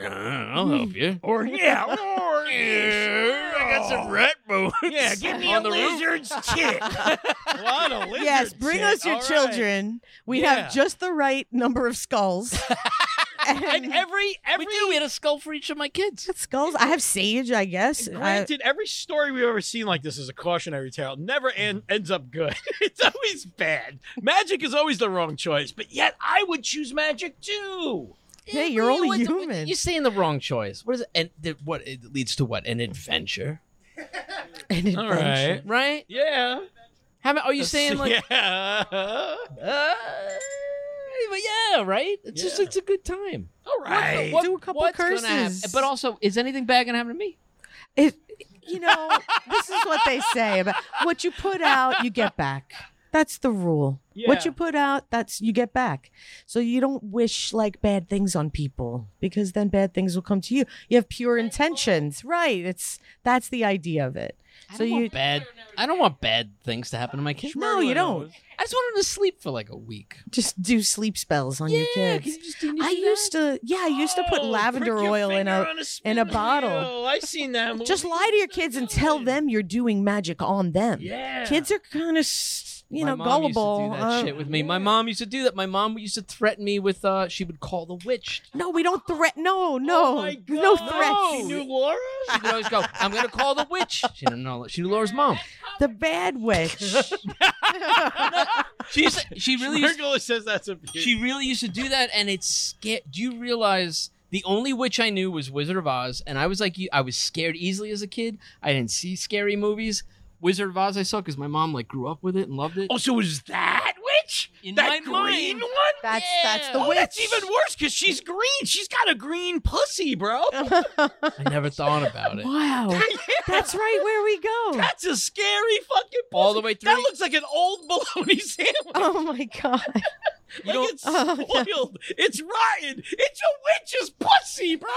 S2: I'll help you. Oh.
S4: Or yeah, or
S2: I got some rat bones.
S4: Yeah, give me
S2: on
S4: a
S2: the roof.
S4: lizard's tit.
S1: A lot of lizard
S3: Yes, bring
S1: shit.
S3: us your
S1: All right.
S3: children. We
S1: Yeah.
S3: have just the right number of skulls.
S2: And every every we, do. we had a skull for each of my kids.
S3: skulls. I have sage, I guess. Uh, I,
S1: Granted, every story we've ever seen like this is a cautionary tale. It Never en- ends up good. it's always bad. Magic is always the wrong choice, but yet I would choose magic too.
S3: Hey, you're only
S2: What- what-
S3: human.
S2: You're saying the wrong choice. What is it? And the, what it leads to? What an adventure,
S3: an
S1: All
S3: adventure.
S1: right.
S2: right?
S1: Yeah.
S2: How about, are you saying like?
S1: yeah.
S2: Uh, but yeah, right. It's just
S1: Yeah.
S2: it's a good time.
S1: All
S2: What-
S1: right.
S2: what-
S3: Do a couple
S2: what's gonna happen-
S3: curses.
S2: But also, is anything bad gonna happen to me?
S3: It, you know, this is what they say about what you put out, you get back. That's the rule.
S1: Yeah.
S3: What you put out, that's you get back. So you don't wish like bad things on people because then bad things will come to you. You have pure intentions, right? It's that's the idea of it.
S2: I
S3: So
S2: don't want
S3: you
S2: bad. I don't want bad things to happen to my kids.
S3: no, you don't.
S2: I just want them to sleep for like a week.
S3: Just do sleep spells on your
S2: Yeah,
S3: kids.
S2: can you just do
S3: I used to, yeah, I used to put
S1: Oh,
S3: lavender
S1: prick your
S3: oil in
S1: finger
S3: a.
S1: on
S3: in a
S1: spinach
S3: bottle.
S1: wheel. I seen that. Movie.
S3: Just lie to your kids and tell them you're doing magic on them.
S1: Yeah.
S3: Kids are kind of, you know,
S2: My mom used to
S3: gullible.
S2: do that
S3: Uh,
S2: shit with me. My mom used to do that. My mom used to threaten me with. uh She would call the witch.
S3: No, we don't threaten. No, no,
S1: Oh my God.
S3: no
S1: She
S3: threats.
S1: knew Laura.
S2: She would always go, "I'm gonna call the witch." She didn't know. She knew Laura's mom.
S3: The bad witch.
S2: She used to- she really used,
S1: Regular says that's a.
S2: she really used to do that, and it's scared. Do you realize? The only witch I knew was Wizard of Oz, and I was like, you- I was scared easily as a kid. I didn't see scary movies. Wizard of Oz I saw because my mom like grew up with it and loved it.
S1: Oh, so was that witch?
S2: In my
S1: that green
S2: mind.
S1: one?
S3: That's that's the
S1: oh,
S3: witch.
S1: that's even worse because she's green. She's got a green pussy, bro.
S3: Oh.
S2: I never thought about it.
S3: wow, that's right where we go.
S1: That's a scary fucking. Pussy.
S2: All the way
S1: That
S2: through-
S1: looks like an old bologna sandwich.
S3: Oh my god.
S1: like
S2: don't-
S1: it's
S3: Oh, yeah.
S1: spoiled. It's rotten. It's a witch's pussy, bro.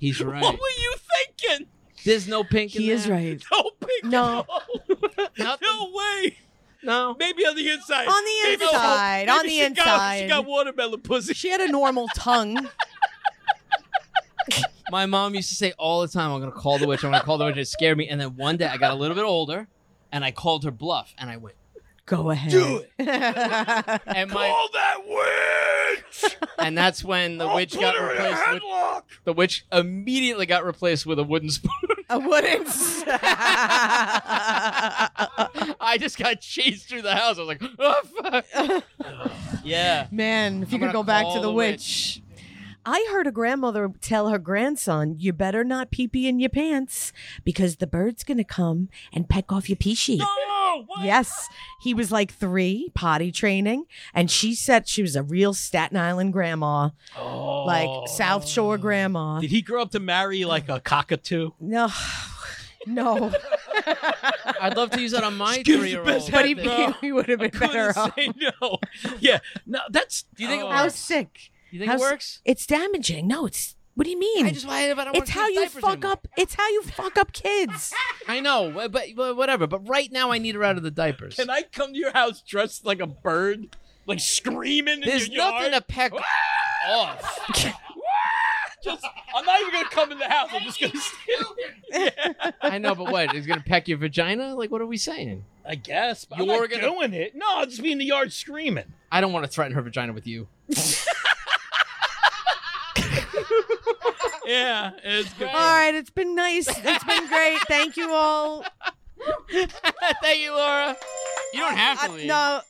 S2: He's right.
S1: What were you thinking?
S2: There's no pink. in
S3: He is
S2: there.
S3: right.
S1: No, pink.
S3: No.
S1: no,
S2: Nothing.
S1: way.
S2: No.
S1: Maybe on the inside.
S3: On the
S1: Maybe-
S3: inside,
S1: maybe
S3: on the
S1: she got- she
S3: inside.
S1: got watermelon pussy.
S3: She had a normal tongue.
S2: My mom used to say all the time, I'm going to call the witch. I'm going to call the witch. It scared me. And then one day I got a little bit older and I called her bluff and I went,
S3: Go ahead.
S1: Do
S3: it.
S2: and my,
S1: Call that witch.
S2: and that's when the
S1: I'll
S2: witch
S1: put
S2: got
S1: her in a
S2: replaced. With,
S1: headlock.
S2: the witch immediately got replaced with a wooden spoon.
S3: I wouldn't. s-
S2: I just got chased through the house. I was like, oh, fuck. yeah.
S3: Man, if you
S2: I'm
S3: could
S2: gonna
S3: go back
S2: call
S3: to the,
S2: the
S3: witch. I heard a grandmother tell her grandson, "You better not pee pee in your pants because the bird's gonna come and peck off your pee sheet."
S1: No, what?
S3: Yes, he was like three, potty training, and she said she was a real Staten Island grandma,
S1: Oh.
S3: like South Shore grandma.
S1: Did he grow up to marry like a cockatoo?
S3: No, no,
S2: I'd love to use that on my
S1: Excuse the
S2: three year old.
S1: best
S3: but he,
S1: Bro,
S3: he, would have been better
S1: Couldn't
S3: off.
S1: say no. Yeah, no. That's. Do
S2: you think it
S1: oh.
S3: How sick?
S2: You think it
S3: How's-
S2: works?
S3: It's damaging. No, it's. What do you mean?
S2: I just, I don't wanna
S3: it's how
S2: use
S3: you
S2: diapers
S3: fuck
S2: anymore.
S3: up. It's how you fuck up kids.
S2: I know, but, but whatever. But right now, I need her out of the diapers.
S1: Can I come to your house dressed like a bird, like screaming
S2: There's
S1: in your
S2: nothing to
S1: yard?
S2: peck off.
S1: Just, I'm not even gonna come in the house. I'm just gonna. Stand there. Yeah,
S2: I know, but what? It's gonna peck your vagina? Like, what are we saying?
S1: I guess. But I'm
S2: You're
S1: not
S2: gonna-
S1: doing it. No, I'll just be in the yard screaming.
S2: I don't want to threaten her vagina with you.
S1: Yeah, it's good.
S3: All right, it's been nice. It's been great. Thank you all.
S2: Thank you, Laura. You don't have
S3: I,
S2: to. leave.
S3: no,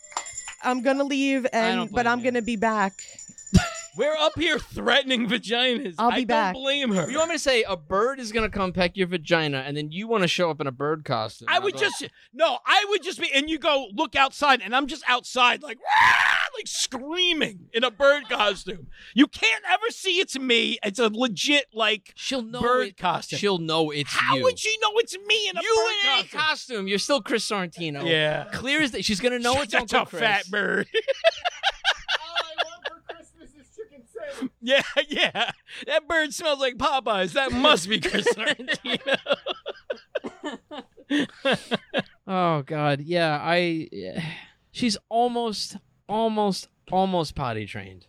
S3: I'm gonna leave, and
S2: don't
S3: but
S2: blame
S3: I'm
S2: you.
S3: gonna be back.
S1: We're up here threatening vaginas.
S3: I'll
S1: I
S3: be
S1: don't
S3: back.
S1: blame her.
S2: You want me to say a bird is gonna come peck your vagina, and then you want to show up in a bird costume?
S1: I
S2: I'll
S1: would
S2: go,
S1: just no. I would just be, and you go look outside, and I'm just outside, like "Rah!" like screaming in a bird costume. You can't ever see it's me. It's a legit like
S2: She'll know.
S1: bird
S2: it-
S1: costume.
S2: She'll know it's
S1: how
S2: you.
S1: would she know it's me in a
S2: you
S1: bird
S2: in a
S1: costume?
S2: costume? You're still Chris Sorrentino.
S1: Yeah.
S2: Clear as day. She's gonna know it's
S1: That's
S2: Uncle
S1: a
S2: Chris.
S1: fat bird.
S5: All I want for Christmas is chicken sandwich.
S1: yeah, yeah. That bird smells like Popeyes. That must be Chris Sorrentino.
S2: Oh God, yeah, I. She's almost, almost, almost potty trained.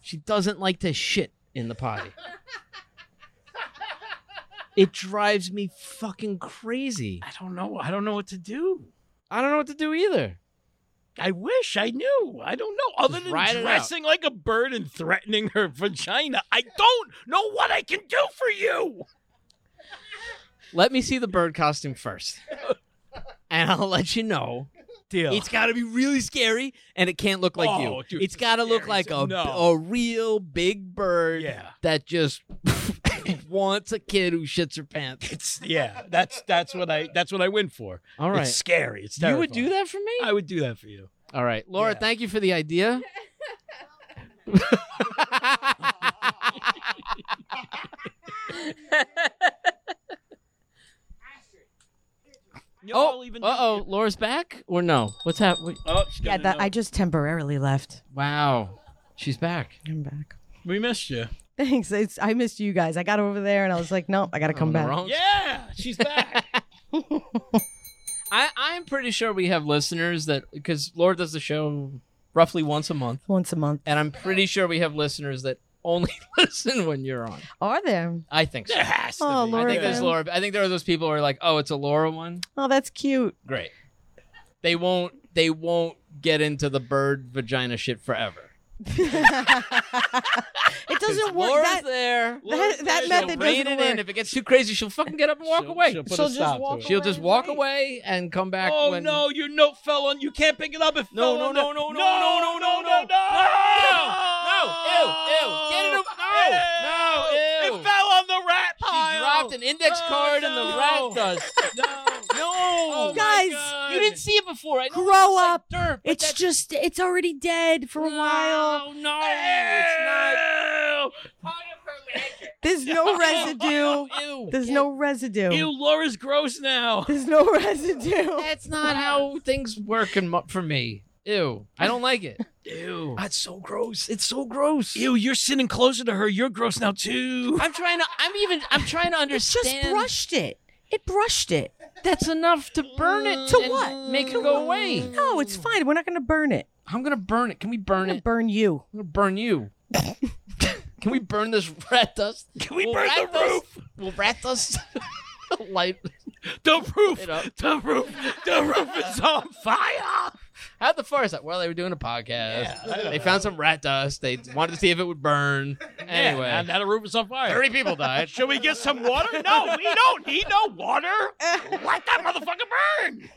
S2: She doesn't like to shit. in the potty. It drives me fucking crazy.
S1: I don't know. I don't know what to do.
S2: I don't know what to do either.
S1: I wish I knew. I don't know. Other
S2: Just
S1: than
S2: ride it out.
S1: dressing like a bird and threatening her vagina, I don't know what I can do for you.
S2: Let me see the bird costume first. And I'll let you know.
S1: Deal.
S2: It's got to be really scary, and it can't look like
S1: Oh,
S2: you.
S1: dude,
S2: it's got to look
S1: scary.
S2: like a,
S1: No.
S2: a real big bird
S1: Yeah.
S2: that just wants a kid who shits her pants.
S1: It's yeah. That's that's what I that's what I win for.
S2: All right.
S1: It's scary. It's
S2: you
S1: terrifying.
S2: would do that for me?
S1: I would do that for you.
S2: All right. Laura,
S1: Yeah.
S2: thank you for the idea.
S1: You know,
S2: oh,
S1: I'll even do-
S2: uh-oh. Laura's back or no? What's happening?
S1: Oh, she's
S3: Yeah,
S1: gonna
S3: that
S1: know.
S3: I just temporarily left.
S2: Wow. She's back.
S3: I'm back.
S1: we missed you.
S3: Thanks. It's I missed you guys. I got over there and I was like, no, I gotta
S2: I'm
S3: come
S2: on the
S3: back.
S2: wrong-
S1: Yeah, she's back.
S2: I, I'm pretty sure we have listeners that, because Laura does the show roughly once a month.
S3: Once a month.
S2: and I'm pretty sure we have listeners that only listen when you're on.
S3: Are there?
S2: I think so.
S1: there has to
S3: Oh,
S1: be.
S2: I
S3: Laura
S2: think there's
S3: Graham.
S2: Laura. I think there are those people who are like, "Oh, it's a Laura one."
S3: Oh, that's cute.
S2: Great. They won't. They won't get into the bird vagina shit forever.
S3: it
S2: 'Cause
S3: doesn't work.
S2: Laura's
S3: That,
S2: there.
S3: that, that
S2: She'll
S3: method
S2: rein it
S3: doesn't work.
S2: in. If it gets too crazy, she'll fucking get up and walk
S1: She'll-
S2: away.
S1: She'll,
S2: She'll,
S1: put
S3: She'll
S1: a
S3: just
S1: stop to
S3: walk
S1: it.
S3: away.
S2: just walk
S3: Right.
S2: away and come back.
S1: Oh
S2: when-
S1: no, your note fell on. You can't pick it up. It
S2: No,
S1: fell
S2: no,
S1: on
S2: no,
S1: the-
S2: no, no, no, no, no, no.
S1: no, no.
S2: No, ew, ew. Get it off- no,
S1: Ew.
S2: no, ew.
S1: It fell on the rat
S2: She
S1: pile.
S2: dropped an index
S1: Oh,
S2: card in
S1: no.
S2: the rat does.
S1: No,
S2: No,
S1: Oh, my
S3: Guys,
S1: God.
S2: you didn't see it before. I know
S3: Grow
S2: it looks like
S3: up.
S2: dirt, but
S3: It's
S2: that's-
S3: just it's already dead for a while.
S2: No, no, it's
S3: There's no residue.
S2: not. Oh, Ew.
S3: There's no residue.
S1: Ew. Ew, Laura's gross now.
S3: There's no residue.
S2: That's not how things work in, mo- for me. Ew. I don't like it.
S1: Ew.
S2: That's so gross. Ah, It's so gross.
S1: Ew, you're sitting closer to her. You're gross now too.
S2: I'm trying to. I'm even. I'm trying to understand.
S3: Just brushed it. It brushed it.
S2: That's enough to burn it.
S3: To
S2: and
S3: what?
S2: Make it
S3: To
S2: go
S3: what?
S2: away.
S3: No, it's fine. We're not gonna burn it.
S2: I'm gonna burn it. Can we burn
S3: We're gonna
S2: it?
S3: burn you.
S2: I'm gonna burn you. Can we burn this rat dust?
S1: Can we
S2: Will
S1: burn
S2: rat
S1: the
S2: dust-
S1: roof?
S2: Will rat dust light
S1: The roof.
S2: it up?
S1: The roof. The roof is on fire.
S2: How'd the fire start? Well, they were doing a podcast. they found some rat dust. They wanted to see if it would burn. Anyway,
S1: Yeah, now the roof is on fire.
S2: 30 people died.
S1: Should we get some water? No, we don't need no water. Let that motherfucker burn.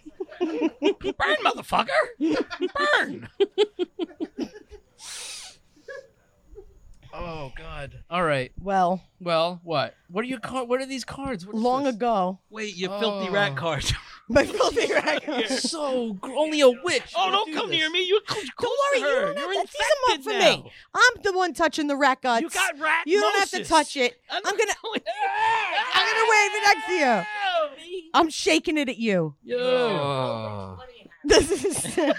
S1: Burn, motherfucker. Burn.
S2: oh, God. All right.
S3: Well,
S2: Well, what? What are your car? What are these cards? What is
S3: long
S2: this?
S3: ago.
S1: Wait, you
S2: filthy rat
S1: card.
S3: My filthy raccoon.
S2: So gr- only a witch.
S1: Oh,
S2: would
S1: don't
S2: do
S1: come
S2: this.
S1: near me. You're close, close
S3: worry,
S1: to
S3: you
S1: her.
S3: don't have
S1: are
S3: to- these are
S1: infected
S3: not for
S1: now.
S3: me. I'm the one touching the rat guts.
S1: You got rat.
S3: You don't have to touch it. I'm, gonna I'm gonna wave it next to you. I'm shaking it at you.
S2: Oh.
S3: This is
S1: Yeah,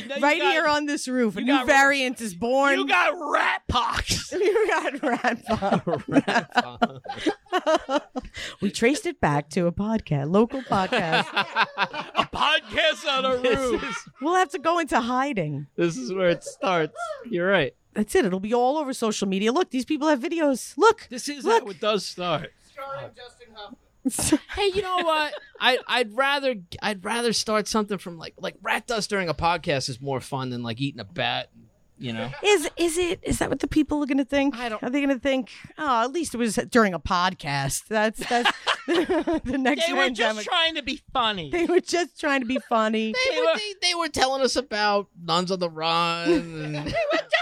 S1: now you
S3: right
S1: got-
S3: here on this roof. A
S1: you
S3: new
S1: got-
S3: variant is born.
S1: You got rat pox.
S3: You got rat pop. we traced it back to a podcast, local podcast.
S1: A podcast on a
S2: this,
S1: roof.
S2: is,
S3: we'll have to go into hiding.
S2: this is where it starts. You're right.
S3: That's it. It'll be all over social media. Look, these people have videos. Look.
S1: This is
S3: Look.
S1: how it does start.
S5: Starring Justin Huffman.
S2: Hey, you know what? I I'd rather I'd rather start something from like like rat dust during a podcast is more fun than like eating a bat. You know.
S3: Is is it is that what the people are going to think?
S2: I don't-
S3: Are they going to think? Oh, at least it was during a podcast. That's that's the next
S1: They were
S3: one.
S1: just trying to be funny.
S3: they were just trying to be funny.
S2: They were, they, they were telling us about nuns on the run. And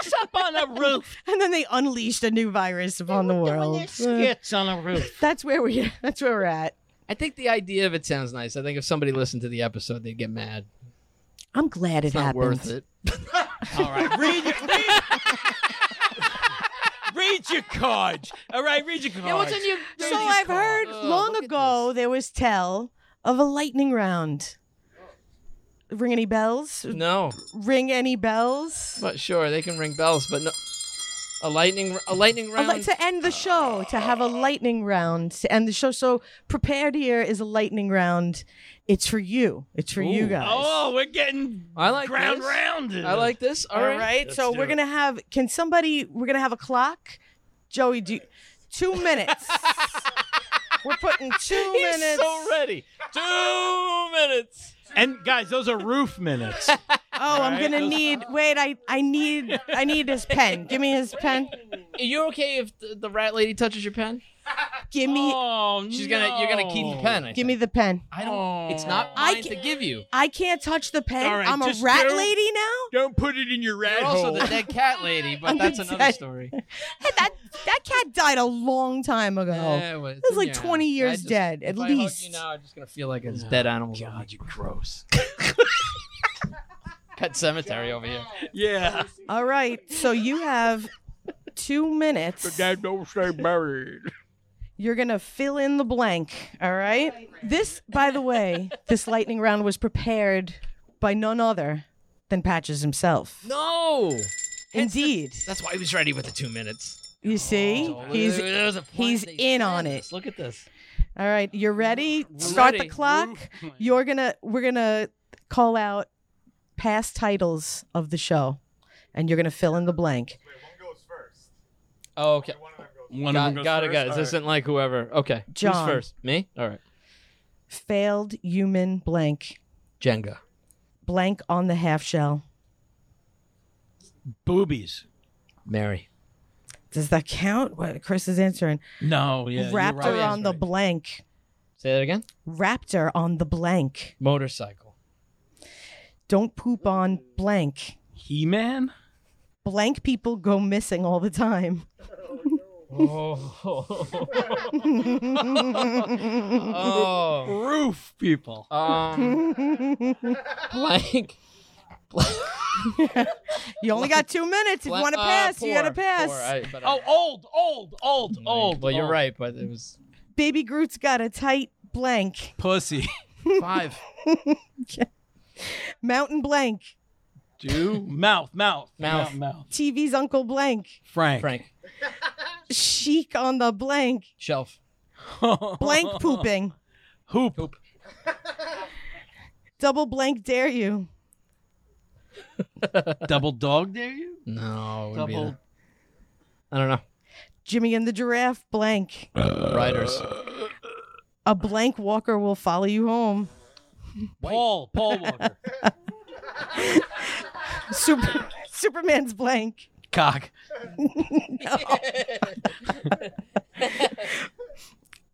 S1: just up on a roof.
S3: And then they unleashed a new virus upon the world. Uh,
S1: Skits on a roof.
S3: That's where we. That's where we're at.
S2: I think the idea of it sounds nice. I think if somebody listened to the episode, they'd get mad.
S3: I'm glad
S2: It's
S3: it
S2: not
S3: happened.
S2: worth it.
S1: All right, read your, read, read your cards. All right, read your cards.
S2: your?
S3: So I've heard long ago there was tell of a lightning round. Ring any bells?
S2: No,
S3: Ring any bells?
S2: but sure they can ring bells, but no. A lightning, a lightning
S3: I'd
S2: round.
S3: like to end the show, to have a lightning round, to end the show. So prepared here is a lightning round. It's for you. It's for you
S2: Ooh.
S3: guys.
S1: Oh, we're getting
S2: I like
S1: ground
S2: this.
S1: rounded.
S2: I like this.
S3: All right.
S1: Let's
S3: So
S1: do
S3: we're
S1: it.
S3: gonna have. Can somebody? We're gonna have a clock. Joey, do you- two minutes. We're putting two
S1: He's
S3: minutes.
S1: so ready. Two minutes. And guys, those are roof minutes.
S3: oh, I'm
S1: Right,
S3: gonna
S1: those-
S3: need. Wait, I I need I need his pen. Give me his pen.
S2: Are you okay if the, the rat lady touches your pen?
S3: Give me
S1: oh,
S2: She's gonna. You're gonna keep the pen. I
S3: give
S2: think.
S3: me the pen.
S2: I don't. It's
S1: Oh.
S2: not
S3: I
S2: mine to
S3: can't-
S2: give you.
S3: I can't touch the pen.
S1: All right,
S3: I'm a
S1: just
S3: rat
S1: go-
S3: lady now.
S1: Don't put it in your rat
S2: You're
S1: hole.
S2: also the dead cat lady, but
S3: I'm
S2: that's
S3: the
S2: another
S3: dead-
S2: story.
S3: Hey, that that cat died a long time ago.
S2: Yeah, well,
S3: It's Oh, like
S2: yeah.
S3: 20 years
S2: I just-
S3: dead, at
S2: if I hug
S3: least.
S2: you now, I'm just gonna feel like it's dead animals.
S1: God, you gross.
S2: Pet cemetery over here.
S1: Yeah.
S3: All right, so you have two minutes.
S1: Dad, don't stay married.
S3: You're gonna fill in the blank. All right. This, by the way, this lightning round was prepared by none other than Patches himself.
S2: No.
S3: Indeed.
S2: That's why he was ready with the two minutes.
S3: You see,
S2: Oh,
S3: he's
S2: There was a point
S3: he's
S2: they
S3: in on
S2: planned
S3: it.
S2: this. Look at this.
S3: all right. You're ready. Start the
S2: ready.
S3: clock. You're gonna we're gonna call out past titles of the show, and you're gonna fill in the blank.
S2: Oh, okay.
S1: One
S2: got,
S1: of them goes
S2: got it,
S1: first?
S2: got it.
S1: All
S2: This
S1: right.
S2: isn't like whoever. Okay.
S3: John.
S2: Who's first? Me? All right.
S3: Failed human blank.
S2: Jenga.
S3: Blank on the half shell.
S1: Boobies.
S2: Mary.
S3: Does that count? What Chris is answering.
S1: No, yeah. you're
S3: Raptor
S1: right.
S3: on the blank.
S2: Say that again.
S3: Raptor on the blank.
S2: Motorcycle.
S3: Don't poop on blank.
S1: He-Man?
S3: Blank people go missing all the time.
S2: Oh. oh.
S1: Roof people.
S2: Um. blank. blank
S3: You only got two minutes. If you
S1: Uh,
S2: uh,
S3: want to pass, you got to pass.
S1: Oh, old, old, old, old.
S2: Well, you're
S1: old.
S2: right, but it was
S3: Baby Groot's got a tight blank.
S1: Pussy.
S2: five.
S3: Mountain blank.
S1: Do mouth, mouth, mouth,
S2: Mouth.
S1: mouth.
S3: TV's Uncle blank.
S1: Frank.
S2: Frank.
S3: Chic on the blank.
S2: Shelf.
S3: Blank pooping.
S1: Hoop.
S3: Double blank dare you.
S1: Double dog dare you?
S2: No. it wouldn't be
S1: Double.
S2: that. I don't know.
S3: Jimmy and the giraffe blank.
S2: Riders.
S1: Uh,
S3: A blank walker will follow you home.
S1: Paul. Paul Walker.
S3: Super- Superman's blank.
S1: Cock.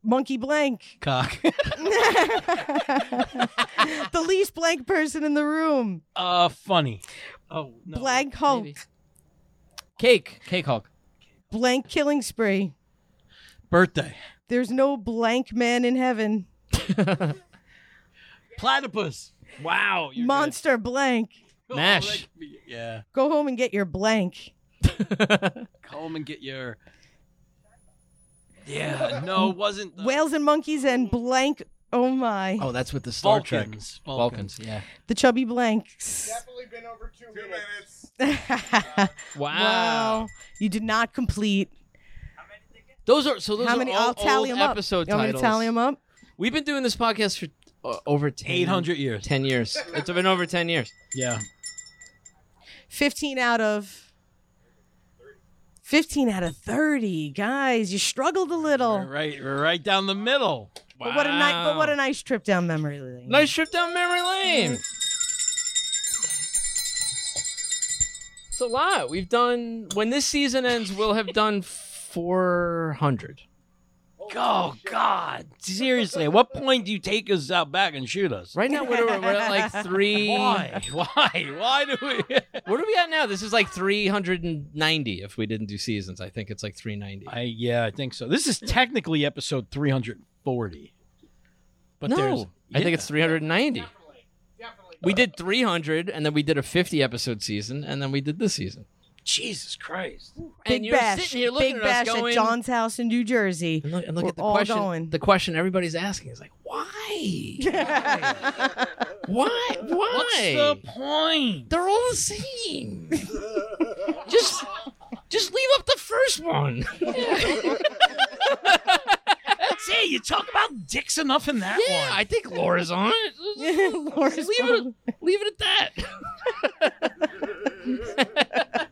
S3: Monkey blank.
S1: Cock.
S3: The least blank person in the room.
S1: Uh, funny. Oh, no.
S3: Blank Hulk.
S2: Maybe. Cake. Cake Hulk.
S3: Blank killing spree.
S1: Birthday.
S3: There's no blank man in heaven.
S1: Platypus. Wow. you're
S3: Monster blank.
S1: good.
S2: Mash.
S1: Oh, that- yeah.
S3: Go home and get your blank.
S1: Call him and get your. Yeah. No, it wasn't. the-
S3: Whales and monkeys and blank. Oh my.
S2: Oh, that's with the Star Trek.
S1: Vulcans.
S2: Vulcans. Yeah.
S3: The chubby blanks.
S5: Definitely been over two, minutes.
S2: Wow.
S3: wow. You did not complete.
S2: Those are so. Those
S3: How
S2: are
S3: many?
S2: all
S3: I'll tally
S2: old
S3: them up.
S2: episode
S3: you want me to
S2: titles.
S3: tally them up?
S2: We've been doing this podcast for uh, over 10,
S1: 800 years.
S2: 10 years. It's been over ten years.
S1: Yeah.
S3: 15 out of 15 out of 30 guys you struggled a little
S1: We're right, we're right down the middle.
S3: but what a nice but
S2: Wow.
S3: what a nice trip down memory lane
S2: Nice trip down memory lane. It's a lot. We've done when this season ends, we'll have done four hundred.
S1: Oh God! Seriously, at what point do you take us out back and shoot us?
S2: Right now we're, we're at like three.
S1: Why? Why? Why do we?
S2: What are we at now? This is like three hundred and ninety. If we didn't do seasons, I think it's like three ninety.
S1: I yeah, I think so. This is technically episode 340, but
S2: No,
S1: there's
S2: I think
S1: yeah.
S2: it's three hundred and ninety. We did three hundred, and then we did a fifty episode season, and then we did this season.
S1: Jesus Christ.
S3: big
S2: and you're
S3: bash
S2: sitting here looking
S3: big
S2: at us
S3: bash
S2: going,
S3: at john's house in new jersey
S2: And look, and look
S3: We're
S2: at the
S3: all
S2: question.
S3: going.
S2: The question everybody's asking is like, why? why? Why?
S1: What's the point?
S2: They're all the same. just, just leave up the first one.
S1: That's it. You talk about dicks enough in that
S2: yeah, I think Laura's on it.
S3: Laura's
S2: Just leave it. Leave it at that.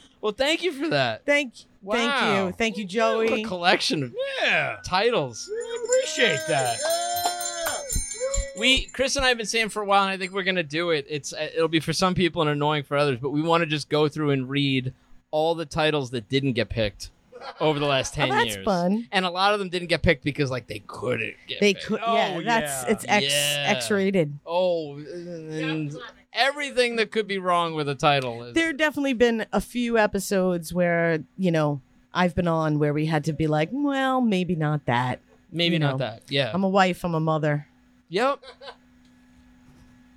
S2: well, thank you for that.
S3: thank Thank you. Thank you, Joey.
S2: What a collection of
S1: Yeah.
S2: titles.
S1: I appreciate that.
S2: We Chris and I have been saying for a while, and I think we're gonna do it. It's uh, it'll be for some people and annoying for others, but we want to just go through and read all the titles that didn't get picked over the last
S3: Oh,
S2: ten
S3: that's
S2: years.
S3: fun.
S2: And a lot of them didn't get picked because like they couldn't get
S3: They
S2: picked.
S3: could,
S1: Oh,
S3: yeah. That's
S1: yeah.
S3: it's X
S2: Yeah.
S3: X rated.
S2: Oh, and everything that could be wrong with a title is
S3: There definitely been a few episodes where you know I've been on where we had to be like, well, maybe not that.
S2: maybe
S3: you
S2: not
S3: know,
S2: that. Yeah.
S3: I'm a wife. I'm a mother.
S2: yep.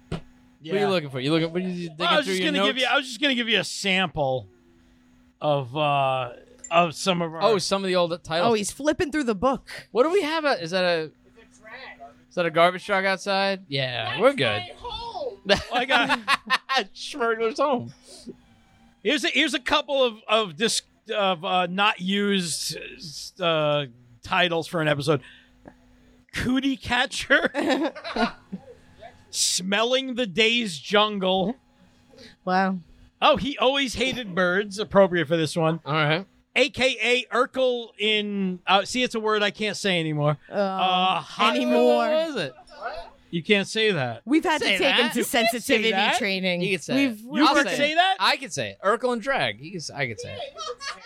S1: Yeah.
S2: What are you looking for? You looking? What are you digging
S1: I was
S2: through
S1: just
S2: your
S1: gonna give
S2: notes?
S1: you. I was just gonna give you a sample of uh of some of our.
S2: Oh, some of the old titles.
S3: Oh, he's flipping through the book.
S2: What do we have? A, is that a is that a garbage truck outside? Yeah, we're good.
S1: I got.
S2: Schmurgler's home.
S1: Here's a, here's a couple of of disc, of uh, not used uh, titles for an episode. Cootie catcher, smelling the day's jungle.
S3: Wow. Um,
S1: Oh, he always hated birds. Appropriate for this one,
S2: All right.
S1: aka Urkel in. Uh, see, it's a word I can't say anymore.
S3: Uh,
S1: Uh, hot-
S3: anymore.
S2: What was it?
S1: You can't say that.
S3: We've had to
S2: Say
S3: take him
S2: that.
S3: to sensitivity
S1: that.
S3: training.
S2: You could say.
S3: We've,
S2: it.
S3: we
S1: You
S2: I'll
S1: could
S2: it.
S1: say that?
S2: I could say it. Urkel and drag. You could, s- I could say it.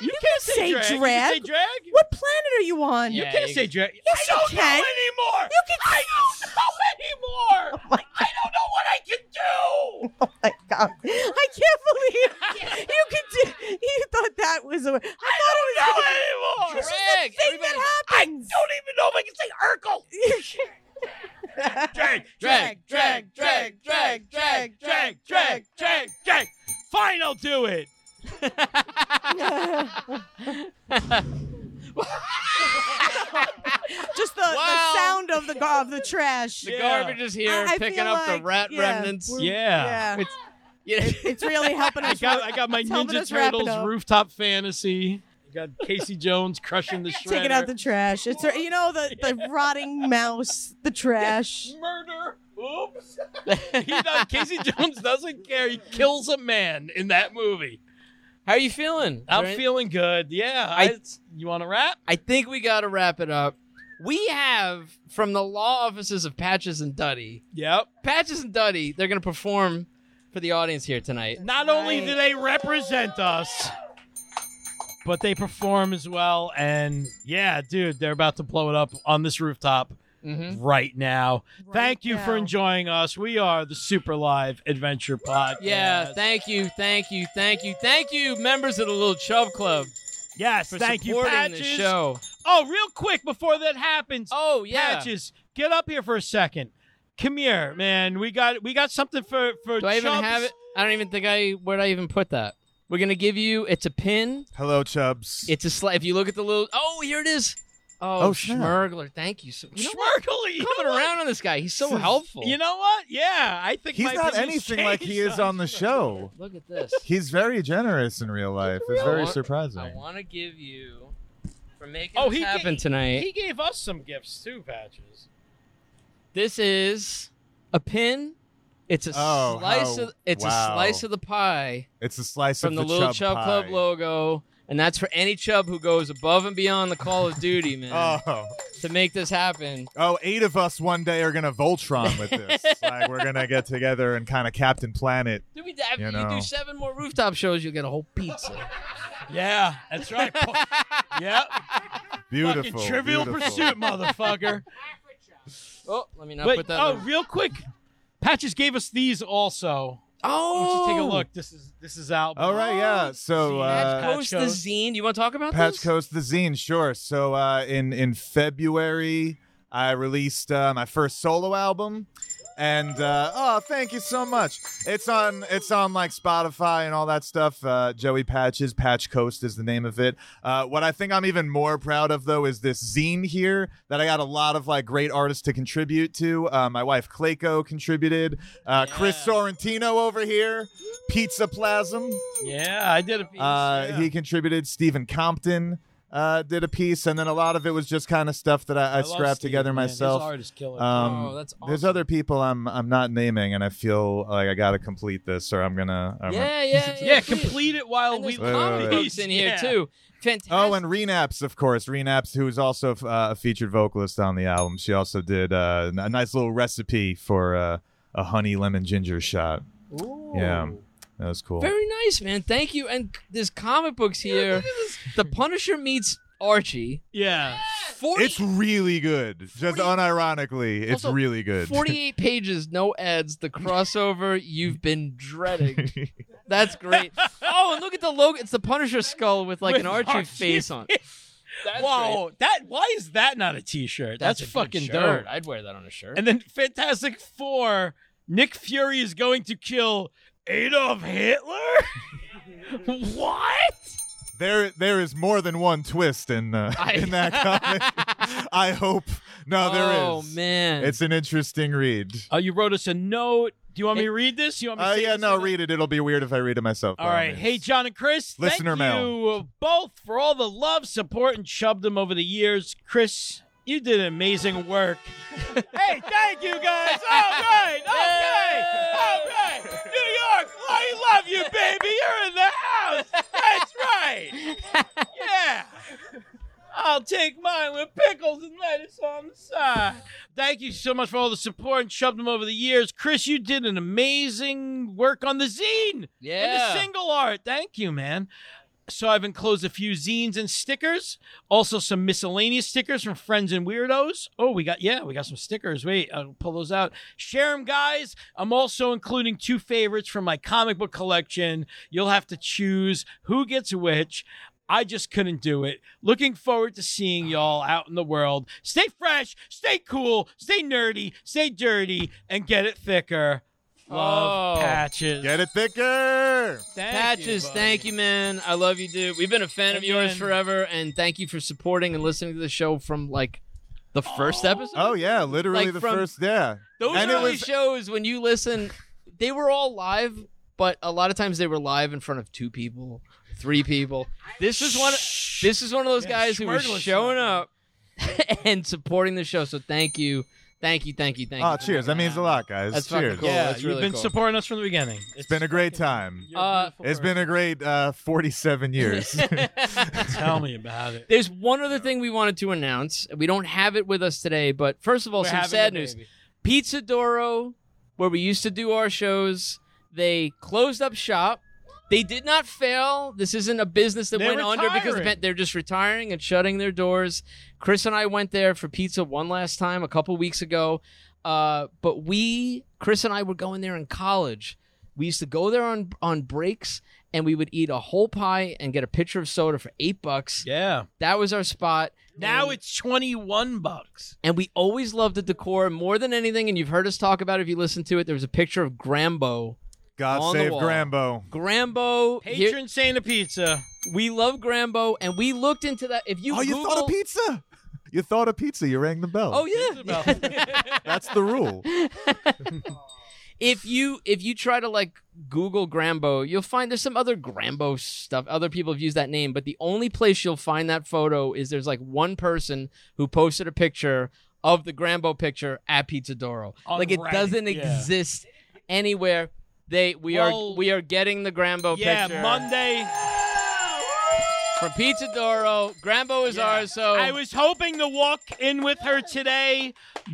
S1: You, can't say
S3: say
S1: drag. You
S3: drag.
S1: can say drag.
S3: What planet are you on?
S1: You
S2: Yeah,
S1: can't
S2: you
S1: say
S2: can-
S1: drag.
S3: Yes,
S1: I
S3: you
S1: don't
S3: can.
S1: know anymore.
S3: You can
S1: I don't know anymore.
S3: Oh my
S1: I don't know what I can do.
S3: my god! I can't believe you could. Do, you thought that was a. I thought it was.
S1: I don't know anymore.
S3: This is the thing
S2: Everybody-
S3: that
S1: I don't even
S3: happens.
S1: know if I can say Urkel. Drag,
S2: Drag, drag, drag, drag, drag,
S1: drag, drag, drag, drag. Fine, I'll do it.
S3: Just the,
S2: Wow.
S3: the sound of the gar- of the trash.
S2: The
S1: Yeah.
S2: garbage is here,
S3: I- I
S2: picking
S3: feel
S2: up
S3: like,
S2: the rat
S3: yeah,
S2: remnants.
S3: we're-
S1: Yeah.
S3: Yeah.
S2: It's- Yeah.
S3: It's really helping
S1: I
S3: us.
S1: got, I got my
S3: It's helping
S1: Ninja
S3: us wrap it
S1: Turtles
S3: up.
S1: rooftop fantasy. I got Casey Jones crushing the shredder.
S3: Taking out the trash. It's you know the, the rotting mouse, the trash.
S1: murder. Oops. he does, Casey Jones doesn't care. He kills a man in that movie.
S2: How are you feeling?
S1: I'm
S2: Right?
S1: feeling good. Yeah.
S2: I-
S1: I, you want to rap?
S2: I think we got to wrap it up. We have from the law offices of Patches and Duddy.
S1: Yep.
S2: Patches and Duddy, they're going to perform for the audience here tonight.
S1: Not only
S3: right.
S1: do they represent us, but they perform as well. And yeah, dude, they're about to blow it up on this rooftop
S2: Mm-hmm.
S1: right now.
S3: Right
S1: Thank you for
S3: now.
S1: enjoying us. We are the Super Live Adventure Podcast.
S2: Yeah, thank you, thank you, thank you, thank you, members of the Little Chub Club
S1: yes,
S2: for
S1: thank you,
S2: supporting
S1: Patches.
S2: this show.
S1: Oh, real quick before that happens,
S2: Oh yeah,
S1: Patches, get up here for a second. Come here, man. We got we got something for for.
S2: do I even
S1: Chubbs.
S2: have it? I don't even think I. Where'd I even put that? We're gonna give you. It's a pin.
S6: Hello, Chubbs.
S2: It's a slice. If you look at the little. Oh, here it is. Oh,
S6: Oh, snap.
S2: Schmergler, thank you. So, you know what?
S1: Schmerkle, you
S2: coming
S1: know what?
S2: around on this guy. He's so helpful.
S1: You know what? Yeah, I think
S6: He's
S1: my
S6: not
S1: opinion's
S6: anything like he
S1: changed
S6: is on the show.
S2: look at this.
S6: He's very generous in real life. It's
S2: I
S6: very
S2: want- I
S6: surprising.
S2: want to give you for making
S1: Oh,
S2: this
S1: he ga-
S2: happen tonight.
S1: He gave us some gifts too, Patches.
S2: This is a pin. It's a
S6: Oh,
S2: slice
S6: how-
S2: of it's a
S6: wow.
S2: slice of the pie
S6: It's a slice
S2: from
S6: of
S2: the,
S6: the,
S2: little Chub,
S6: Chubb
S2: Club
S6: pie.
S2: logo, and that's for any Chub who goes above and beyond the call of duty, man,
S6: Oh,
S2: to make this happen.
S6: oh, eight of us one day are gonna Voltron with this. like we're gonna get together and kind of Captain Planet.
S2: Do we, if
S6: You
S2: you,
S6: know.
S2: do seven more rooftop shows, you'll get a whole pizza.
S1: Yeah, that's right. yeah,
S6: Beautiful.
S1: fucking Trivial
S6: beautiful.
S1: Pursuit, motherfucker.
S2: oh, let me not
S1: Wait,
S2: put that.
S1: oh,
S2: in.
S1: real quick, Patches gave us these also. Why
S2: oh,
S1: don't you take a look. This is this is album.
S6: All right, yeah.
S1: See,
S6: So
S1: that's
S6: uh,
S1: Patch
S2: Patch Coast the
S1: Coast.
S2: zine. You want to talk about
S6: Patch
S2: this?
S6: Coast the Zine, sure. So uh, in in February, I released uh, my first solo album, and uh, oh, thank you so much. It's on it's on like Spotify and all that stuff. Uh, Joey Patches, Patch Coast is the name of it. Uh, what I think I'm even more proud of though is this zine here that I got a lot of like great artists to contribute to. Uh, my wife Clayco contributed. Uh, Chris
S2: Yeah.
S6: Sorrentino over here, Pizza Plasm.
S1: Yeah, I did a piece.
S6: Uh,
S1: yeah.
S6: He contributed Stephen Compton. uh, did a piece, and then a lot of it was just kind of stuff that I, I,
S1: love
S6: scrapped
S1: Steve,
S6: together
S1: man.
S6: myself.
S1: His art is killer.
S6: Um,
S2: Oh, that's
S6: There's
S2: awesome.
S6: other people I'm I'm not naming, and I feel like I gotta complete this, or I'm gonna. I'm gonna-
S2: Yeah, yeah,
S1: yeah,
S2: please.
S1: complete it while
S2: And
S1: we
S2: there's
S6: Wait, wait,
S2: comedy
S6: wait.
S2: folks in here
S1: Yeah.
S2: too. Fantastic.
S6: Oh, and Renaps, of course. Renaps, who is also uh, a featured vocalist on the album. She also did uh, a nice little recipe for uh, a honey lemon ginger shot. Yeah, that was cool.
S2: very nice, man. Thank you. And there's comic books here. the Punisher meets Archie.
S1: Yeah.
S2: Forty
S6: It's really good. Just unironically, it's
S2: Also,
S6: really good.
S2: 48 pages, no ads, the crossover you've been dreading. That's great. Oh, and look at the logo. It's the Punisher skull with like
S1: With
S2: an Archie,
S1: Archie.
S2: face on it. That's
S1: Wow, that why is that not a t-shirt?
S2: great.
S1: That's,
S2: That's, a good
S1: fucking
S2: shirt.
S1: dirt.
S2: I'd wear that on a shirt.
S1: And then Fantastic Four, Nick Fury is going to kill Adolf Hitler? what?
S6: There, there is more than one twist in uh,
S2: I-
S6: in that comic. I hope. No, there is.
S2: Oh, man.
S6: It's an interesting read.
S1: Oh, you wrote us a note. Do you want me
S2: Hey-
S1: to read this? You want me to
S6: Uh,
S1: say
S6: yeah,
S1: this
S6: no,
S1: in it?
S6: read it. It'll be weird if I read it myself.
S1: All right. Hey, John and Chris,
S6: Listener
S1: thank
S6: mail.
S1: you both for all the love, support, and chubdom over the years. Chris, you did amazing work. hey, thank you guys. All right. Okay. All right. New York, I love you, baby. You're in the house. That's right. Yeah. I'll take mine with pickles and lettuce on the side. Thank you so much for all the support and chubdom over the years. Chris, you did an amazing work on the zine
S2: yeah.
S1: and the single art. Thank you, man. So I've enclosed a few zines and stickers, also some miscellaneous stickers from friends and weirdos. Oh, we got yeah, we got some stickers. Wait, I'll pull those out. Share them, guys. I'm also including two favorites from my comic book collection. You'll have to choose who gets which. I just couldn't do it. Looking forward to seeing y'all out in the world. Stay fresh, stay cool, stay nerdy, stay dirty, and get it thicker. Love
S2: Oh.
S1: patches.
S6: Get it thicker.
S1: Thank
S2: Patches,
S1: buddy.
S2: thank you, man. I love you, dude. We've been a fan of
S1: And
S2: yours
S1: then-
S2: forever, and thank you for supporting and listening to the show from like the first episode.
S6: Oh yeah, literally
S2: Like
S6: the
S2: from-
S6: first. Yeah.
S2: Those
S6: and it
S2: early
S6: was-
S2: shows, when you listen, they were all live, but a lot of times they were live in front of two people, three people. This is one. This is one of those
S1: Yeah,
S2: guys who was
S1: Schmergler's
S2: showing
S1: not
S2: up and supporting the show. So thank you, thank you, thank you, thank you.
S6: Oh,
S2: for
S6: cheers. That
S2: making
S6: means
S2: happen.
S6: a lot, guys.
S2: That's fucking
S6: cheers.
S2: cool.
S1: Yeah,
S2: That's
S1: you've
S2: really
S1: been
S2: cool.
S1: supporting us from the beginning. It's,
S6: It's been a great time.
S1: You're a
S2: Uh,
S1: beautiful
S6: It's been
S1: person.
S6: a great uh, 47 years.
S1: Tell me about it.
S2: There's one other thing we wanted to announce. We don't have it with us today, but first of all,
S1: We're
S2: some
S1: having
S2: sad
S1: a
S2: news.
S1: baby.
S2: Pizza Doro, where we used to do our shows, they closed up shop. They did not fail. This isn't a business that
S1: They're
S2: went under because
S1: retiring.
S2: they're just retiring and shutting their doors. Chris and I went there for pizza one last time a couple weeks ago. Uh, but we, Chris and I, were going there in college. We used to go there on on breaks, and we would eat a whole pie and get a pitcher of soda for eight bucks.
S1: Yeah.
S2: That was our spot.
S1: Now
S2: And-
S1: it's 21 bucks.
S2: and we always loved the decor more than anything. And you've heard us talk about it if you listen to it. There was a picture of Grambo.
S6: God
S2: On the
S6: save
S2: wall.
S6: Grambo.
S2: Grambo, here-
S1: Patron saint of pizza.
S2: we love Grambo, and we looked into that. If you
S6: oh, you
S2: Google,
S6: thought of pizza. You thought of pizza. You rang the bell.
S2: oh yeah,
S6: That's the rule.
S2: if you if you try to like Google Grambo, you'll find there's some other Grambo stuff. Other people have used that name, but the only place you'll find that photo is there's like one person who posted a picture of the Grambo picture at Pizza Doro.
S1: On
S2: like it
S1: Reddit,
S2: doesn't
S1: yeah.
S2: exist anywhere. They we
S1: Well-
S2: are we are getting the Grambo
S1: yeah,
S2: picture
S1: Monday.
S2: from Pizza Doro. Grambo is
S1: Yeah.
S2: ours. So
S1: I was hoping to walk in with her today,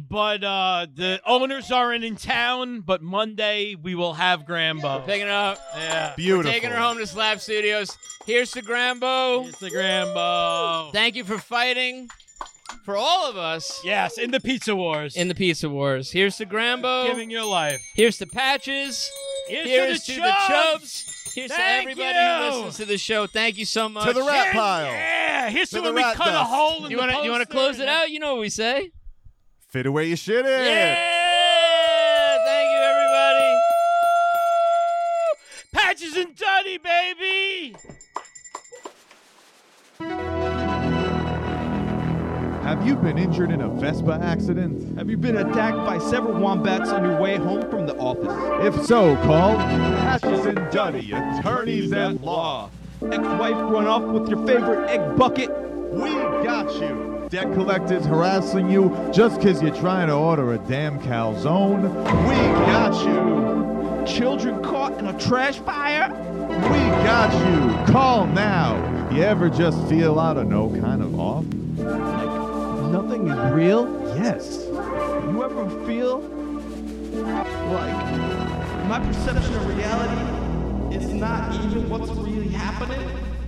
S1: but uh, the owners aren't in town. But Monday we will have Grambo.
S2: picking it up,
S1: Yeah.
S6: Beautiful.
S2: taking her home to Slab Studios. Here's to Grambo.
S1: It's the Grambo.
S2: Thank you for fighting for all of us
S1: Yes, in the pizza wars.
S2: in the Pizza Wars. Here's to Grambo.
S1: giving your life.
S2: Here's to Patches.
S1: Here's,
S2: Here's
S1: to
S2: to
S1: the,
S2: the
S1: Chubs.
S2: Here's
S1: Thank
S2: to everybody
S1: you.
S2: who listens to the show. Thank you so much.
S6: To the rat
S1: Here's-
S6: pile.
S1: Yeah, here's to
S6: To
S1: when
S6: the
S1: we
S6: rat
S1: cut a
S6: dust.
S1: hole in
S2: You
S1: the
S2: want to you want to
S1: poster.
S2: close it out? You know what we say.
S6: Fit it where you shit it.
S2: Yeah! Thank you, everybody.
S1: Patches and Duddy, baby.
S6: Have you been injured in a Vespa accident?
S7: Have you been attacked by several wombats on your way home from the office?
S6: If so, call Patches and Duddy, attorneys at law.
S7: Ex-wife run off with your favorite egg bucket? We got you.
S6: Debt collectors harassing you just 'cause you're trying to order a damn calzone.
S7: We got you. Children caught in a trash fire.
S6: We got you. Call now. You ever just feel out of no kind of off?
S7: Nothing is real. Yes. You ever feel like my perception of reality is not even what's really happening?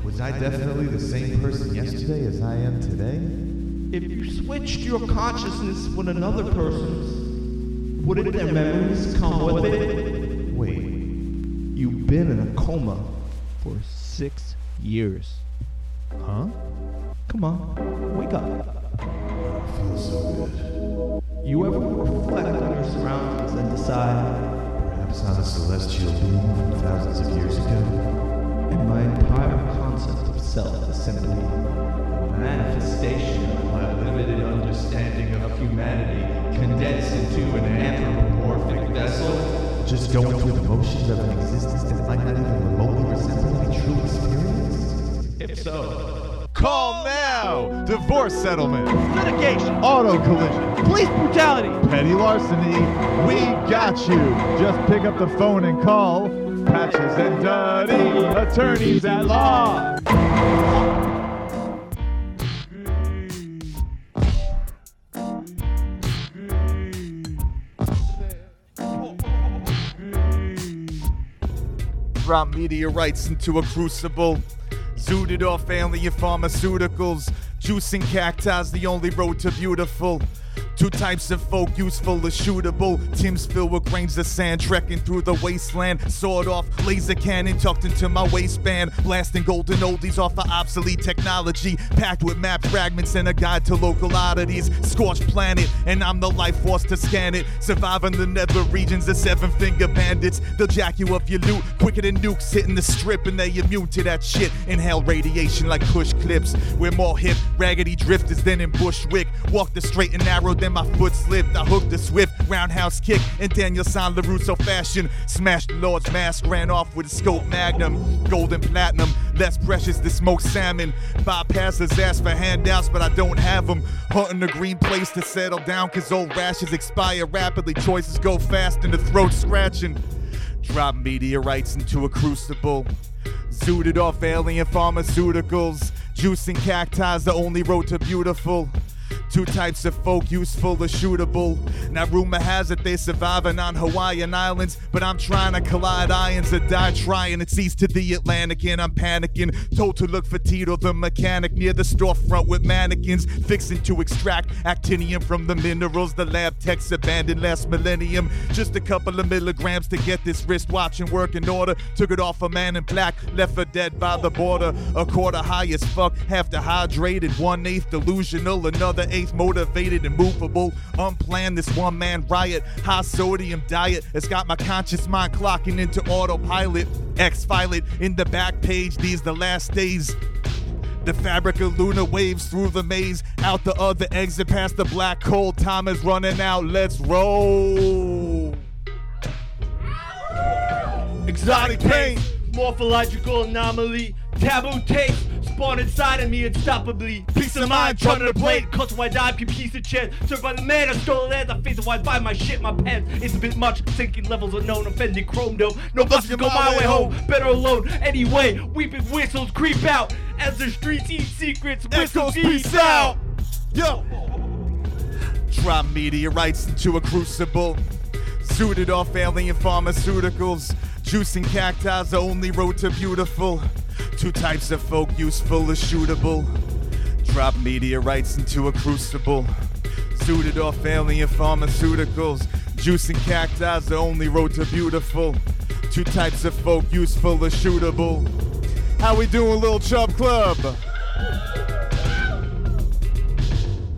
S6: Was I definitely the same person yesterday as I am today?
S7: If you switched your consciousness with another person's, wouldn't their memories come with it?
S6: Wait.
S7: You've been in a coma for six years.
S6: Huh?
S7: Come on, wake up. You ever reflect on your surroundings and decide,
S8: Perhaps I'm a celestial being from thousands of years ago.
S7: and my entire concept of self is simply a manifestation of my limited understanding of humanity condensed into an anthropomorphic vessel?
S8: Just going through the motions of an existence that might not even remotely resemble any true experience?
S7: If so,
S6: Call now! Divorce settlement,
S7: litigation,
S6: auto collision,
S7: police brutality,
S6: petty larceny. We got you. Just pick up the phone and call. Patches and Duddy, attorneys at law. Drop meteorites into a crucible. Zooted off alien pharmaceuticals. Juicing cacti's the only road to beautiful. Two types of folk, useful as shootable. Tim's filled with grains of sand, trekking through the wasteland. Sawed off, laser cannon tucked into my waistband. Blasting golden oldies off of obsolete technology. Packed with map fragments and a guide to local oddities. Scorched planet, and I'm the life force to scan it. Surviving the nether regions of seven finger bandits. They'll jack you up your loot quicker than nukes hitting the strip, and they immune to that shit. Inhale radiation like push clips. We're more hip, raggedy drifters than in Bushwick. Walk the straight and narrow, then my foot slipped. I hooked a swift roundhouse kick in Daniel San LaRusso fashion. Smashed the Lord's mask, ran off with a scope magnum. Golden platinum, less precious than smoked salmon. Bypass his ass for handouts, but I don't have them. Hunting a green place to settle down, cause old rashes expire rapidly. Choices go fast, and the throat scratching. Drop meteorites into a crucible. Zooted off alien pharmaceuticals. Juicing cacti's the only road to beautiful. Two types of folk useful or shootable. Now, rumor has it they surviving on Hawaiian islands, but I'm trying to collide ions or die trying. It's east to the Atlantic, and I'm panicking. Told to look for Tito the mechanic near the storefront with mannequins, fixing to extract actinium from the minerals the lab techs abandoned last millennium. Just a couple of milligrams to get this wristwatch and work in order. Took it off a man in black, left for dead by the border. A quarter high as fuck, half dehydrated, one eighth delusional, another eighth motivated and movable. Unplanned, this one man riot, high sodium diet. It's got my conscious mind clocking into autopilot. X file it in the back page, these the last days. The fabric of lunar waves through the maze, out the other exit past the black hole. Time is running out, let's roll. Exotic paint.
S9: Morphological anomaly, taboo tape, spawn inside of me unstoppably.
S6: Peace of mind,
S9: Front
S6: trumpet
S9: of the blade,
S6: blade.
S9: custom wide eye, piece of shit. Served by the man, I stole land, I face of wide by my shit, my pants. It's a bit much, sinking levels unknown, offending chrome dome. No bus
S6: get
S9: go
S6: my
S9: my
S6: way
S9: way home, better alone. Anyway, weeping whistles creep out as the streets eat secrets.
S6: Echoes,
S9: whistles eat
S6: peace out. Yo. Drop meteorites into a crucible. Suited off alien pharmaceuticals. Juicing cacti's the only road to beautiful. Two types of folk useful or shootable. Drop meteorites into a crucible. Suited off alien pharmaceuticals. Juicing cacti's the only road to beautiful. Two types of folk useful or shootable. How we doing, Little Chub Club?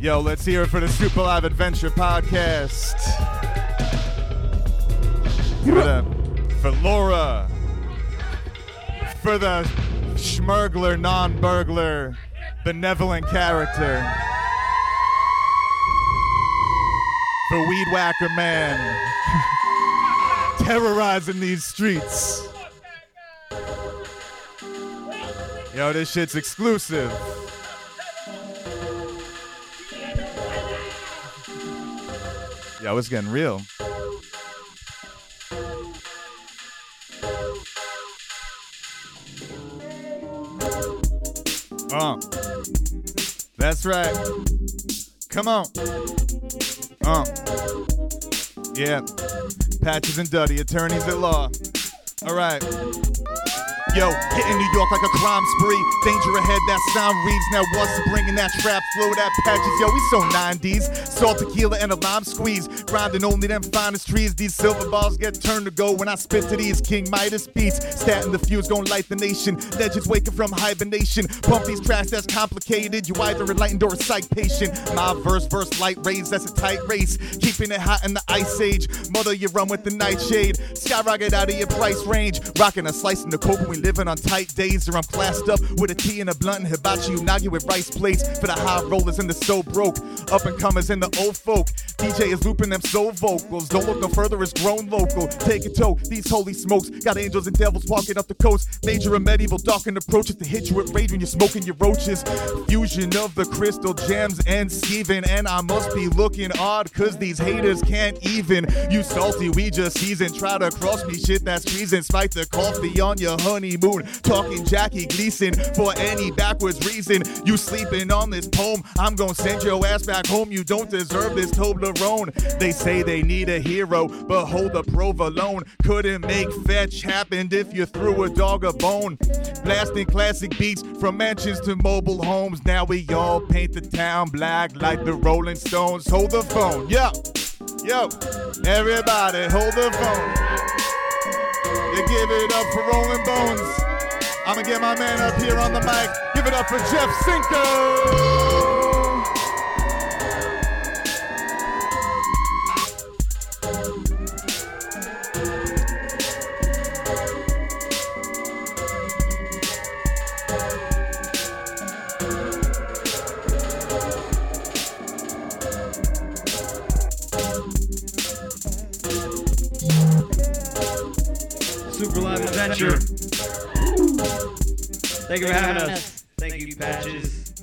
S6: Yo, let's hear it for the Super Live Adventure podcast. For, the, for Laura. For the schmurgler, non burglar, benevolent character. For Weed Whacker Man. Terrorizing these streets. Yo, this shit's exclusive. Yo, it's getting real. Uh. That's right. Come on. Uh. Yeah. Patches and Duddy, attorneys at law. All right. Yo, hit in New York like a crime spree. Danger ahead, that sound reads. Now what's bringing that trap flow, that patches? Yo, we so 90s. Salt, tequila, and a lime squeeze. Grinding only them finest trees. These silver balls get turned to gold when I spit to these King Midas beats. Statin the fuse gon' light the nation. Legends waking from hibernation. Pump these tracks that's complicated. You either enlightened or a psych patient. My verse, verse, light rays, that's a tight race. Keeping it hot in the ice age. Mother, you run with the nightshade. Skyrocket out of your price range. Rocking a slice in the coke when we living on tight days. Or I'm classed up with a tea and a blunt and hibachi unagi with rice plates. For the high rollers and the so broke. Up and comers and the old folk. DJ is looping them soul vocals. Don't look no further, it's grown local. Take a toe, these holy smokes. Got angels and devils walking up the coast. Major and medieval, darkened approaches to hit you with rage when you're smoking your roaches. Fusion of the crystal gems and Steven. And I must be looking odd, cause these haters can't even. You salty, we just season. Try to cross me, shit, that's treason. Smite the coffee on your honeymoon. Talking Jackie Gleason for any backwards reason. You sleeping on this poem, I'm gonna send your ass back home. You don't deserve this Toblerone. They say they need a hero, but hold the provolone. Couldn't make fetch happen if you threw a dog a bone. Blasting classic beats from mansions to mobile homes. Now we all paint the town black like the Rolling Stones. Hold the phone, yo, yo, everybody, hold the phone. You give it up for Rolling Bones. I'm gonna get my man up here on the mic. Give it up for Jeff Cinco.
S9: Super Live Adventure. Thank you for having us. Thank you, Patches.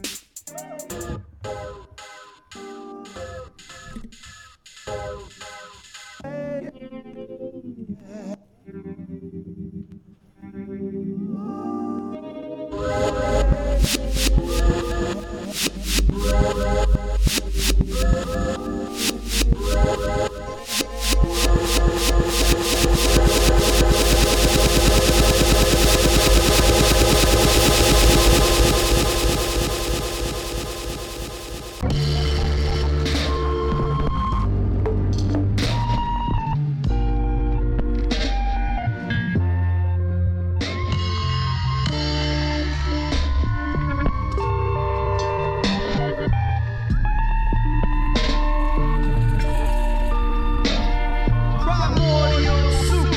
S7: Primordial soup.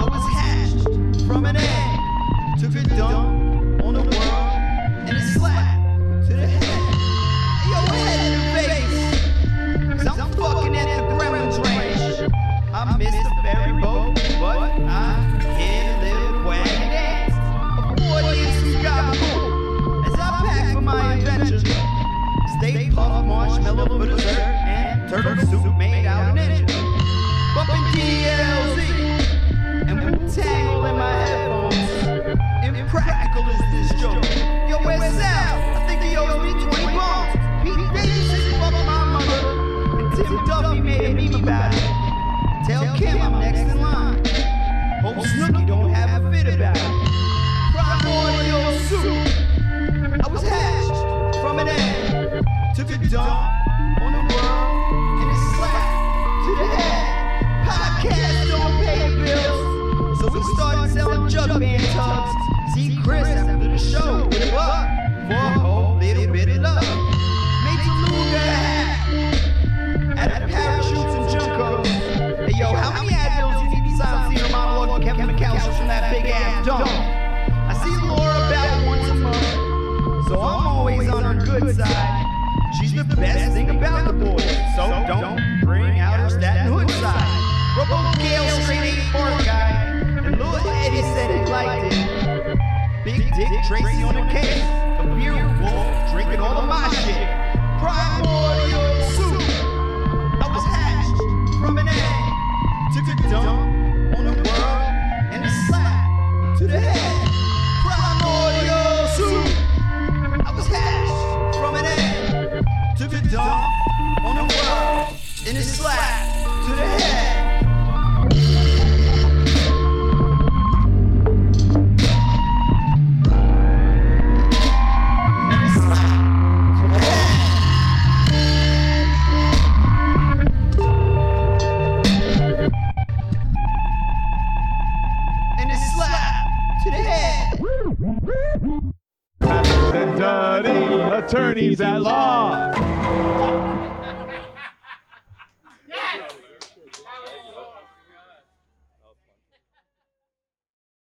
S7: I was hatched from an egg. Took a dump on the world and a slap to the head. Yo, head in the face. Cause I'm fucking at the Gremlins Range. I missed the ferry boat, but I can live wagon ass. Avoiding some gabagool as I pack for my adventure. Stay puff, marshmallow for dessert, and turtle soup made out of nature bumping DLZ and Wu Tang all in my headphones. Impractical is this joke. Yo, where's Sal? I think he owes me 20 bucks. Pete Davidson fucked my mother, and Tim Duffy made a meme about it. Tell Kim I'm next in line. Hope Snooki don't have a fit about it. Primordial soup. I was hatched from an egg. Took a dump on the world and it slapped to the head. Podcast don't pay bills. So we started selling jug band tubs. See Chris after the show with a buck for a whole little bit of love. Major Luger hat at the parachutes and junkos. Hey yo, how many Advils you need besides seeing a monologue of Kevin McAllister from that big ass dome? I see Laura about once a month, so I'm always on her good side. She's the best thing about the boy, so don't bring out her Staten Hood side. Robo Gale straight eight four guy, and Lil Eddie said he liked it. Big Dick Tracy on the case, a beer wolf drinking all of my shit. Primordial soup, I was hatched and a slap to the head. and a slap to the head.
S6: and dirty attorneys at law.